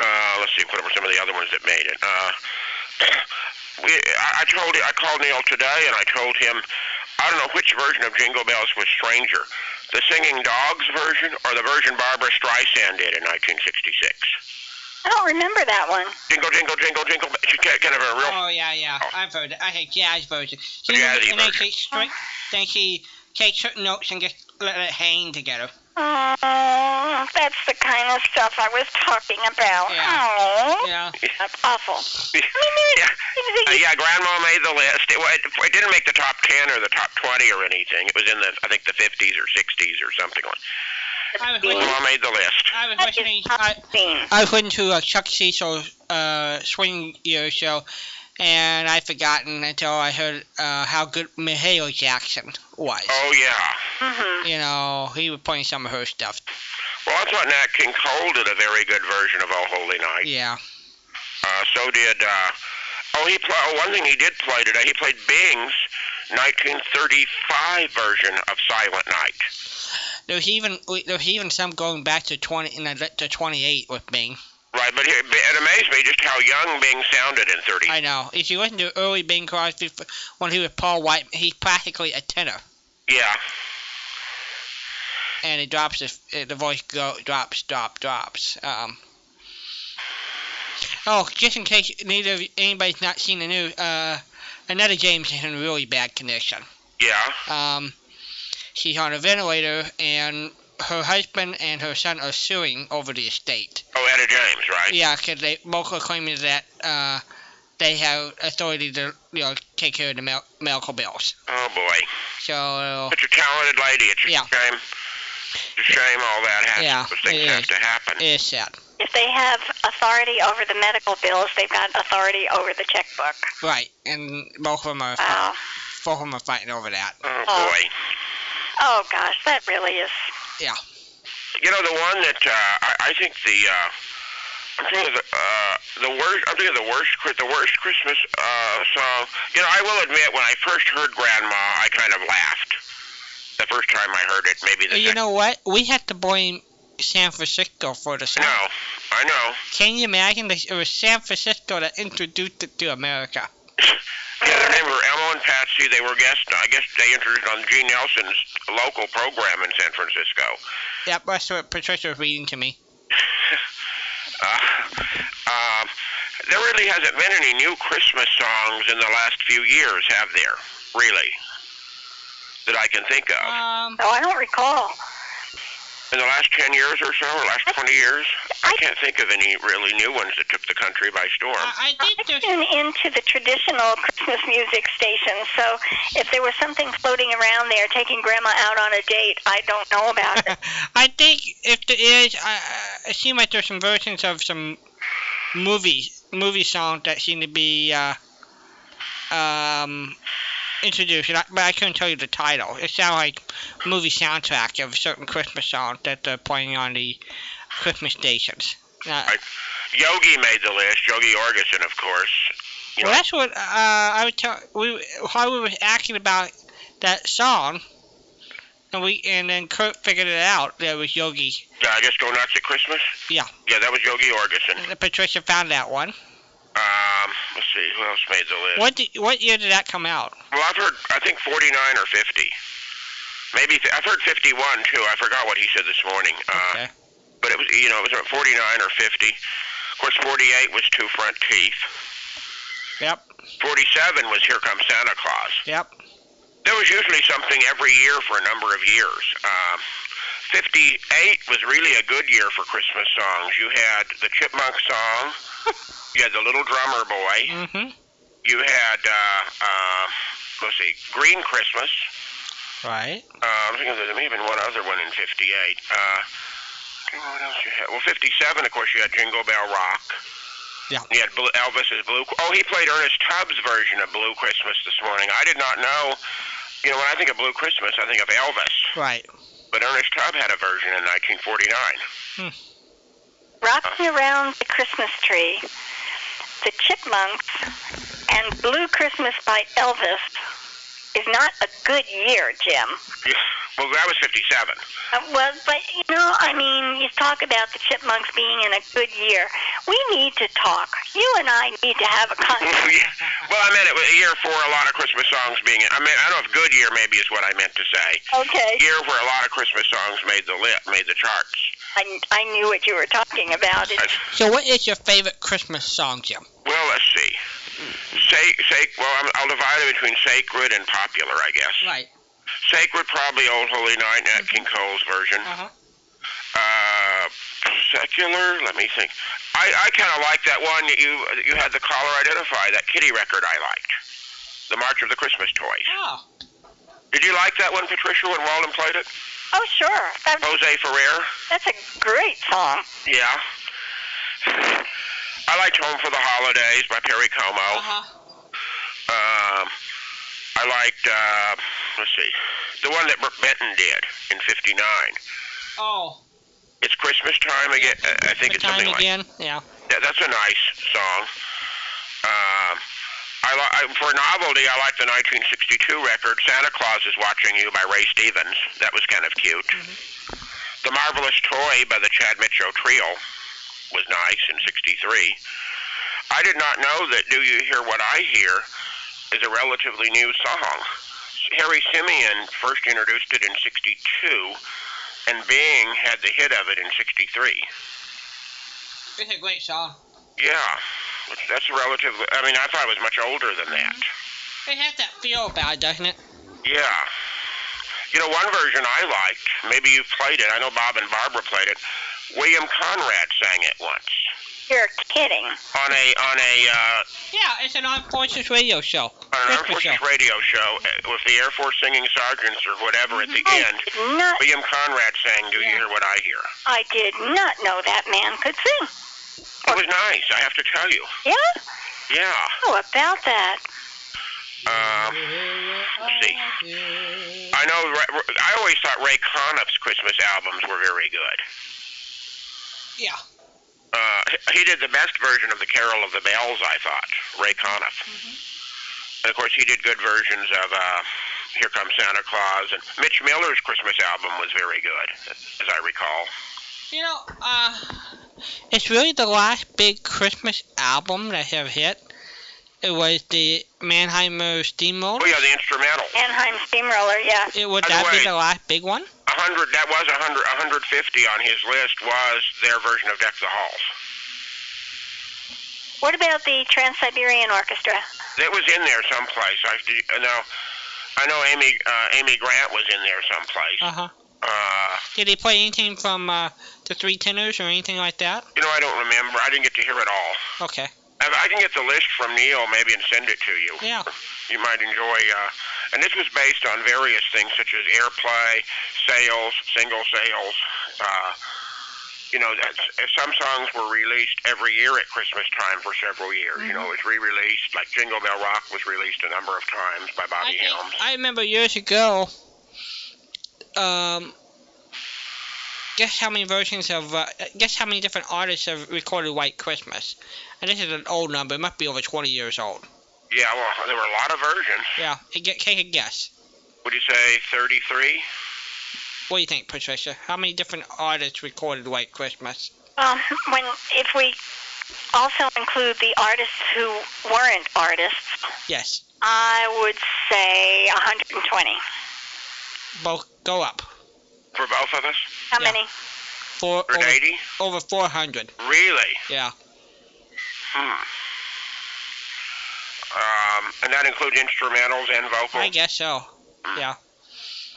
[SPEAKER 4] uh, let's see, what were some of the other ones that made it? Uh, we, I, I told, I called Neil today, and I told him, I don't know which version of Jingle Bells was stranger, the singing dogs version or the version Barbara Streisand did in 1966.
[SPEAKER 1] I don't remember that one.
[SPEAKER 4] Jingle, jingle, jingle, jingle. Bell- She kind of a real
[SPEAKER 3] Oh yeah, yeah. I've heard it. I heard jazz version. She
[SPEAKER 4] Jazzy
[SPEAKER 3] and then
[SPEAKER 4] version.
[SPEAKER 3] she string, then she takes her notes and just let it hang together.
[SPEAKER 1] Oh, that's the kind of stuff I was talking about.
[SPEAKER 3] Yeah.
[SPEAKER 1] Oh,
[SPEAKER 3] Yeah.
[SPEAKER 1] that's awful.
[SPEAKER 4] yeah. Uh, yeah, Grandma made the list. It, wa- it, it didn't make the top ten or the top twenty or anything. It was in the I think the fifties or sixties or something. like
[SPEAKER 3] I was
[SPEAKER 1] Well,
[SPEAKER 3] listening.
[SPEAKER 4] Grandma made the list.
[SPEAKER 3] I was
[SPEAKER 1] That is
[SPEAKER 3] listening. I,
[SPEAKER 1] obscene.
[SPEAKER 3] I was listening to a Chuck Cecil uh, swing year show, and I'd forgotten until I heard uh, how good Mahalia Jackson was.
[SPEAKER 4] Oh yeah.
[SPEAKER 1] Mm-hmm.
[SPEAKER 3] You know, he was playing some of her stuff.
[SPEAKER 4] Well, I thought Nat King Cole did a very good version of Oh Holy Night.
[SPEAKER 3] Yeah.
[SPEAKER 4] Uh, so did. Uh, oh, he played. Oh, one thing he did play today. He played Bing's 1935 version of Silent Night.
[SPEAKER 3] There's even there's even some going back to 20 and I- to 28 with Bing.
[SPEAKER 4] Right, but it, it amazed me just how young Bing sounded in 30.
[SPEAKER 3] I know. If you listen to early Bing Crosby f- when he was Paul White, he's practically a tenor,
[SPEAKER 4] Yeah.
[SPEAKER 3] and it drops his, eh, the voice go drops drop drops. Um. Oh, just in case neither of you- anybody's not seen the news, uh, another James is in really bad condition.
[SPEAKER 4] Yeah.
[SPEAKER 3] Um, she's on a ventilator, and her husband and her son are suing over the estate.
[SPEAKER 4] Oh, Etta James, right?
[SPEAKER 3] Yeah, because they both are claiming that uh, they have authority to you know take care of the mel- medical bills.
[SPEAKER 4] Oh boy.
[SPEAKER 3] So
[SPEAKER 4] Such a talented lady. It's a
[SPEAKER 3] Yeah.
[SPEAKER 4] shame. It's a shame all that happens.
[SPEAKER 3] Yeah,
[SPEAKER 4] Those things
[SPEAKER 3] it
[SPEAKER 4] have
[SPEAKER 3] is.
[SPEAKER 4] to happen.
[SPEAKER 3] it's sad,
[SPEAKER 1] If they have authority over the medical bills, they've got authority over the checkbook.
[SPEAKER 3] right? And both of them are
[SPEAKER 1] Wow.
[SPEAKER 3] both of them are fighting over that.
[SPEAKER 4] Oh
[SPEAKER 1] Oh.
[SPEAKER 4] boy.
[SPEAKER 1] Oh gosh, that really is.
[SPEAKER 4] You know the one that uh, I, I think the uh, I'm thinking of the, uh, the worst. I'm thinking of the worst. Chri- The worst Christmas uh, song. You know, I will admit when I first heard Grandma, I kind of laughed. The first time I heard it, maybe the
[SPEAKER 3] You
[SPEAKER 4] second.
[SPEAKER 3] know what? We have to blame San Francisco for this.
[SPEAKER 4] no, I know.
[SPEAKER 3] Can you imagine? This? It was San Francisco that introduced it to America.
[SPEAKER 4] Yeah, their names were Elmo and Patsy. They were guests. I guess they introduced on Gene Nelson's local program in San Francisco.
[SPEAKER 3] Yep, that's what Patricia was reading to me.
[SPEAKER 4] Uh, um, there really hasn't been any new Christmas songs in the last few years, have there? Really? That I can think of.
[SPEAKER 3] Um,
[SPEAKER 1] Oh, I don't recall.
[SPEAKER 4] in the last 10 years or so, or last 20 years, I can't think of any really new ones that took the country by storm.
[SPEAKER 3] I, I
[SPEAKER 1] I
[SPEAKER 3] think there's
[SPEAKER 1] tune into the traditional Christmas music stations, so if there was something floating around there taking Grandma out on a date, I don't know about it.
[SPEAKER 3] I think if there is, I, I- it seems like there's some versions of some movie movie songs that seem to be uh, um, introduced, and I, but I couldn't tell you the title. It sounds like movie soundtrack of certain Christmas songs that they're playing on the Christmas stations. Uh,
[SPEAKER 4] Yogi made the list, Yogi Orgeson, of course.
[SPEAKER 3] Well, that's what uh, I was tell we Hollywood was asking about that song, and we and then Kurt figured it out that it was Yogi.
[SPEAKER 4] Yeah, I guess Go Nuts at Christmas?
[SPEAKER 3] Yeah.
[SPEAKER 4] Yeah, that was Yogi Orgeson.
[SPEAKER 3] And Patricia found that one.
[SPEAKER 4] Um, let's see, who else made the list?
[SPEAKER 3] What did, what year did that come out?
[SPEAKER 4] Well, I've heard, I think 49 or 50. Maybe, I've heard 51 too. I forgot what he said this morning. Uh,
[SPEAKER 3] Okay.
[SPEAKER 4] But it was, you know, it was about 49 or 50. Of course, 48 was Two Front Teeth.
[SPEAKER 3] Yep.
[SPEAKER 4] 47 was Here Comes Santa Claus.
[SPEAKER 3] Yep.
[SPEAKER 4] There was usually something every year for a number of years. Um, 58 was really a good year for Christmas songs. You had the Chipmunk song. You had the Little Drummer Boy.
[SPEAKER 3] Mhm.
[SPEAKER 4] You had, uh, uh, let's see, Green Christmas.
[SPEAKER 3] Right.
[SPEAKER 4] Uh, I'm thinking there may have been one other one in 58. Uh, what else you had? Well, 57, of course, you had Jingle Bell Rock.
[SPEAKER 3] Yeah.
[SPEAKER 4] You had Blue, Elvis's Blue. Oh, he played Ernest Tubbs' version of Blue Christmas this morning. I did not know. You know, when I think of Blue Christmas, I think of Elvis.
[SPEAKER 3] Right.
[SPEAKER 4] But Ernest Tubb had a version in 1949.
[SPEAKER 1] Rock Me Around the Christmas Tree, The Chipmunks, and Blue Christmas by Elvis is not a good year, Jim.
[SPEAKER 4] Yeah. Well, that was 57.
[SPEAKER 1] Uh, well, but you know, I mean, you talk about the Chipmunks being in a good year. We need to talk. You and I need to have a conversation.
[SPEAKER 4] Yeah. well, I meant it was a year for a lot of Christmas songs being. I mean, I don't know if good year maybe is what I meant to say.
[SPEAKER 1] Okay.
[SPEAKER 4] Year where a lot of Christmas songs made the lit, made the charts.
[SPEAKER 1] I, I knew what you were talking about. It's
[SPEAKER 4] I-
[SPEAKER 3] So, what is your favorite Christmas song, Jim?
[SPEAKER 4] Well, let's see. Sa- sac- well, I'm, I'll divide it between sacred and popular, I guess.
[SPEAKER 3] Right. Mm-hmm.
[SPEAKER 4] Sacred, probably Old Holy Night, Nat King Cole's version.
[SPEAKER 3] Uh huh.
[SPEAKER 4] Uh, secular, let me think. I, I kind of like that one that you you had the caller identify that kitty record. I liked the March of the Christmas Toys.
[SPEAKER 3] Oh.
[SPEAKER 4] Did you like that one, Patricia, when Walden played it?
[SPEAKER 1] oh, sure. That,
[SPEAKER 4] Jose Ferrer.
[SPEAKER 1] that's a great song.
[SPEAKER 4] Yeah. I liked Home for the Holidays by Perry Como.
[SPEAKER 3] Uh huh.
[SPEAKER 4] Um, I liked, uh, let's see, the one that Brooke Benton did in '59.
[SPEAKER 3] Oh.
[SPEAKER 4] It's Christmas time again. I I think it's
[SPEAKER 3] time
[SPEAKER 4] something like
[SPEAKER 3] again. Yeah.
[SPEAKER 4] that. That's a nice song. Um, I, li- I for novelty, I like the 1962 record "Santa Claus is Watching You" by Ray Stevens. That was kind of cute. The Marvelous Toy by the Chad Mitchell Trio was nice in '63. I did not know that "Do You Hear What I Hear" is a relatively new song. Harry Simeon first introduced it in '62, and Bing had the hit of it in '63.
[SPEAKER 3] It's a great song.
[SPEAKER 4] Yeah, that's- that's relatively. I mean, I thought it was much older than that.
[SPEAKER 3] It has that feel about it, doesn't it?
[SPEAKER 4] Yeah. You know, one version I liked. Maybe you've played it. I know Bob and Barbara played it. William Conrad sang it once
[SPEAKER 1] You're kidding.
[SPEAKER 4] on a on a uh,
[SPEAKER 3] Yeah, it's an unfortunate radio show.
[SPEAKER 4] on an Air
[SPEAKER 3] Christmas
[SPEAKER 4] Force
[SPEAKER 3] show.
[SPEAKER 4] radio show uh, with the Air Force singing sergeants or whatever at the
[SPEAKER 1] I
[SPEAKER 4] end.
[SPEAKER 1] did not.
[SPEAKER 4] William Conrad sang "Do You
[SPEAKER 3] Yeah.
[SPEAKER 4] Hear What I Hear."
[SPEAKER 1] I did not know that man could sing.
[SPEAKER 4] It was nice. I have to tell you.
[SPEAKER 1] Yeah.
[SPEAKER 4] Yeah.
[SPEAKER 1] How about that?
[SPEAKER 4] Um, let's see. I know. Ra- Ra- I always thought Ray Conniff's Christmas albums were very good.
[SPEAKER 3] Yeah.
[SPEAKER 4] uh, he did the best version of the Carol of the Bells, I thought, Ray Conniff. And of course, he did good versions of uh, Here Comes Santa Claus and Mitch Miller's Christmas album was very good, as I recall.
[SPEAKER 3] You know, uh, it's really the last big Christmas album that have hit. It was the Mannheimer Steamroller.
[SPEAKER 4] Oh yeah, the instrumental.
[SPEAKER 1] Anaheim Steamroller, yeah.
[SPEAKER 3] It would
[SPEAKER 4] By the
[SPEAKER 3] that
[SPEAKER 4] way-
[SPEAKER 3] be the last big one?
[SPEAKER 4] A hundred. That was a hundred. A hundred fifty on his list was their version of Deck the Halls.
[SPEAKER 1] What about the Trans Siberian Orchestra?
[SPEAKER 4] It was in there someplace. I do- uh, now. I know Amy uh, Amy Grant was in there someplace.
[SPEAKER 3] Uh huh.
[SPEAKER 4] Uh,
[SPEAKER 3] Did he play anything from uh, the Three Tenors or anything like that?
[SPEAKER 4] you know, I don't remember. I didn't get to hear it all.
[SPEAKER 3] Okay.
[SPEAKER 4] I I can get the list from Neil maybe and send it to you.
[SPEAKER 3] Yeah.
[SPEAKER 4] You might enjoy. Uh, and this was based on various things such as airplay, sales, single sales. Uh, you know, that's, if some songs were released every year at Christmas time for several years. You know, it was
[SPEAKER 3] Mm-hmm.
[SPEAKER 4] re-released. Like Jingle Bell Rock was released a number of times by
[SPEAKER 3] I,
[SPEAKER 4] Bobby
[SPEAKER 3] think-
[SPEAKER 4] Helms.
[SPEAKER 3] I remember years ago. Um, guess how many versions of uh, guess how many different artists have recorded White Christmas? And this is an old number. It must be over 20 years old.
[SPEAKER 4] Yeah, well, there were a lot of versions.
[SPEAKER 3] Yeah. It get- Take a guess.
[SPEAKER 4] Would you say 33?
[SPEAKER 3] What do you think, Patricia? How many different artists recorded White Christmas?
[SPEAKER 1] Um, when if we also include the artists who weren't artists,
[SPEAKER 3] Yes.
[SPEAKER 1] I would say 120.
[SPEAKER 3] Both go up.
[SPEAKER 4] For both of us?
[SPEAKER 1] How
[SPEAKER 3] Yeah.
[SPEAKER 1] many?
[SPEAKER 3] Four over,
[SPEAKER 4] 180?
[SPEAKER 3] over 400.
[SPEAKER 4] Really?
[SPEAKER 3] Yeah.
[SPEAKER 4] Hmm. Um, and that includes instrumentals and
[SPEAKER 3] I
[SPEAKER 4] vocals.
[SPEAKER 3] guess so. Yeah.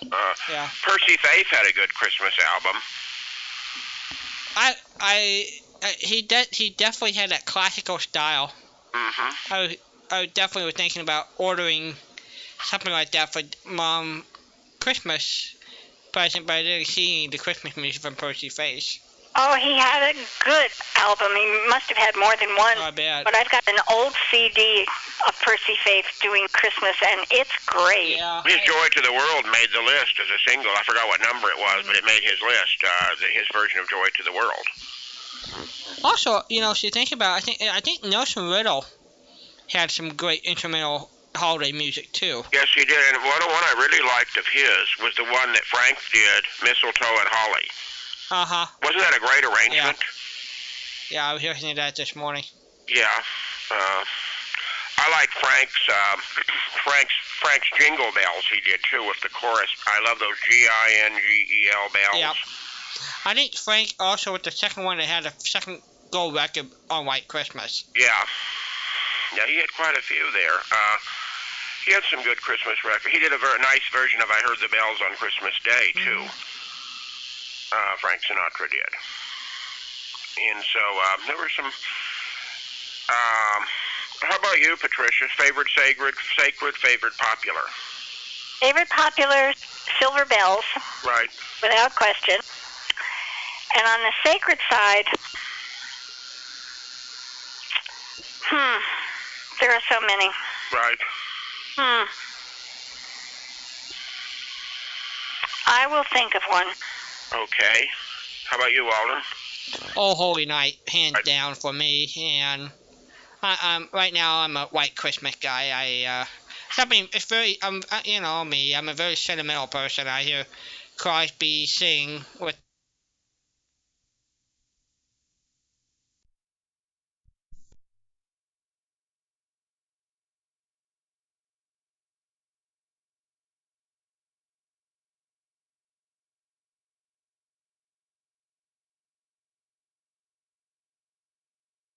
[SPEAKER 4] Uh,
[SPEAKER 3] Yeah.
[SPEAKER 4] Percy Faith had a good Christmas album.
[SPEAKER 3] I I. Uh, he de- he definitely had that classical style.
[SPEAKER 4] Mm-hmm.
[SPEAKER 3] I was- I definitely was thinking about ordering something like that for mom Christmas present, but I didn't see the Christmas music from Percy Face.
[SPEAKER 1] Oh, he had a good album. He must have had more than one.
[SPEAKER 3] Not bad.
[SPEAKER 1] But I've got an old CD of Percy Faith doing Christmas, and it's great.
[SPEAKER 3] Yeah.
[SPEAKER 4] His Joy to the World made the list as a single. I forgot what number it was, but it made his list, uh, the, his version of Joy to the World.
[SPEAKER 3] Also, you know, if you think about, it, I think I think Nelson Riddle had some great instrumental holiday music too.
[SPEAKER 4] Yes, he did. And one, one I really liked of his was the one that Frank did, Mistletoe and Holly.
[SPEAKER 3] Uh huh.
[SPEAKER 4] Wasn't that a great arrangement?
[SPEAKER 3] Yeah, I was listening to that this morning.
[SPEAKER 4] Yeah. Uh, I like Frank's uh, Frank's Frank's jingle bells he did too with the chorus. I love those G I N G E L bells.
[SPEAKER 3] Yep. I think Frank also with the second one that had a second gold record on White Christmas.
[SPEAKER 4] Yeah. Yeah, he had quite a few there. Uh, he had some good Christmas records. He did a very nice version of I Heard the Bells on Christmas Day, too. Uh, Frank Sinatra did. And so uh, there were some. Um, how about you, Patricia? Favorite sacred, sacred, favorite popular,
[SPEAKER 1] Favorite popular Silver Bells,
[SPEAKER 4] right?
[SPEAKER 1] without question. And on the sacred side, hmm, there are so many.
[SPEAKER 4] Right.
[SPEAKER 1] Hmm. I will think of one.
[SPEAKER 4] Okay. How about you, Alden?
[SPEAKER 3] Oh Holy Night, hands
[SPEAKER 4] Right.
[SPEAKER 3] down for me. And I, um, right now I'm a White Christmas guy. I uh, something it's very um, uh, you know me. I'm a very sentimental person. I hear Crosby sing with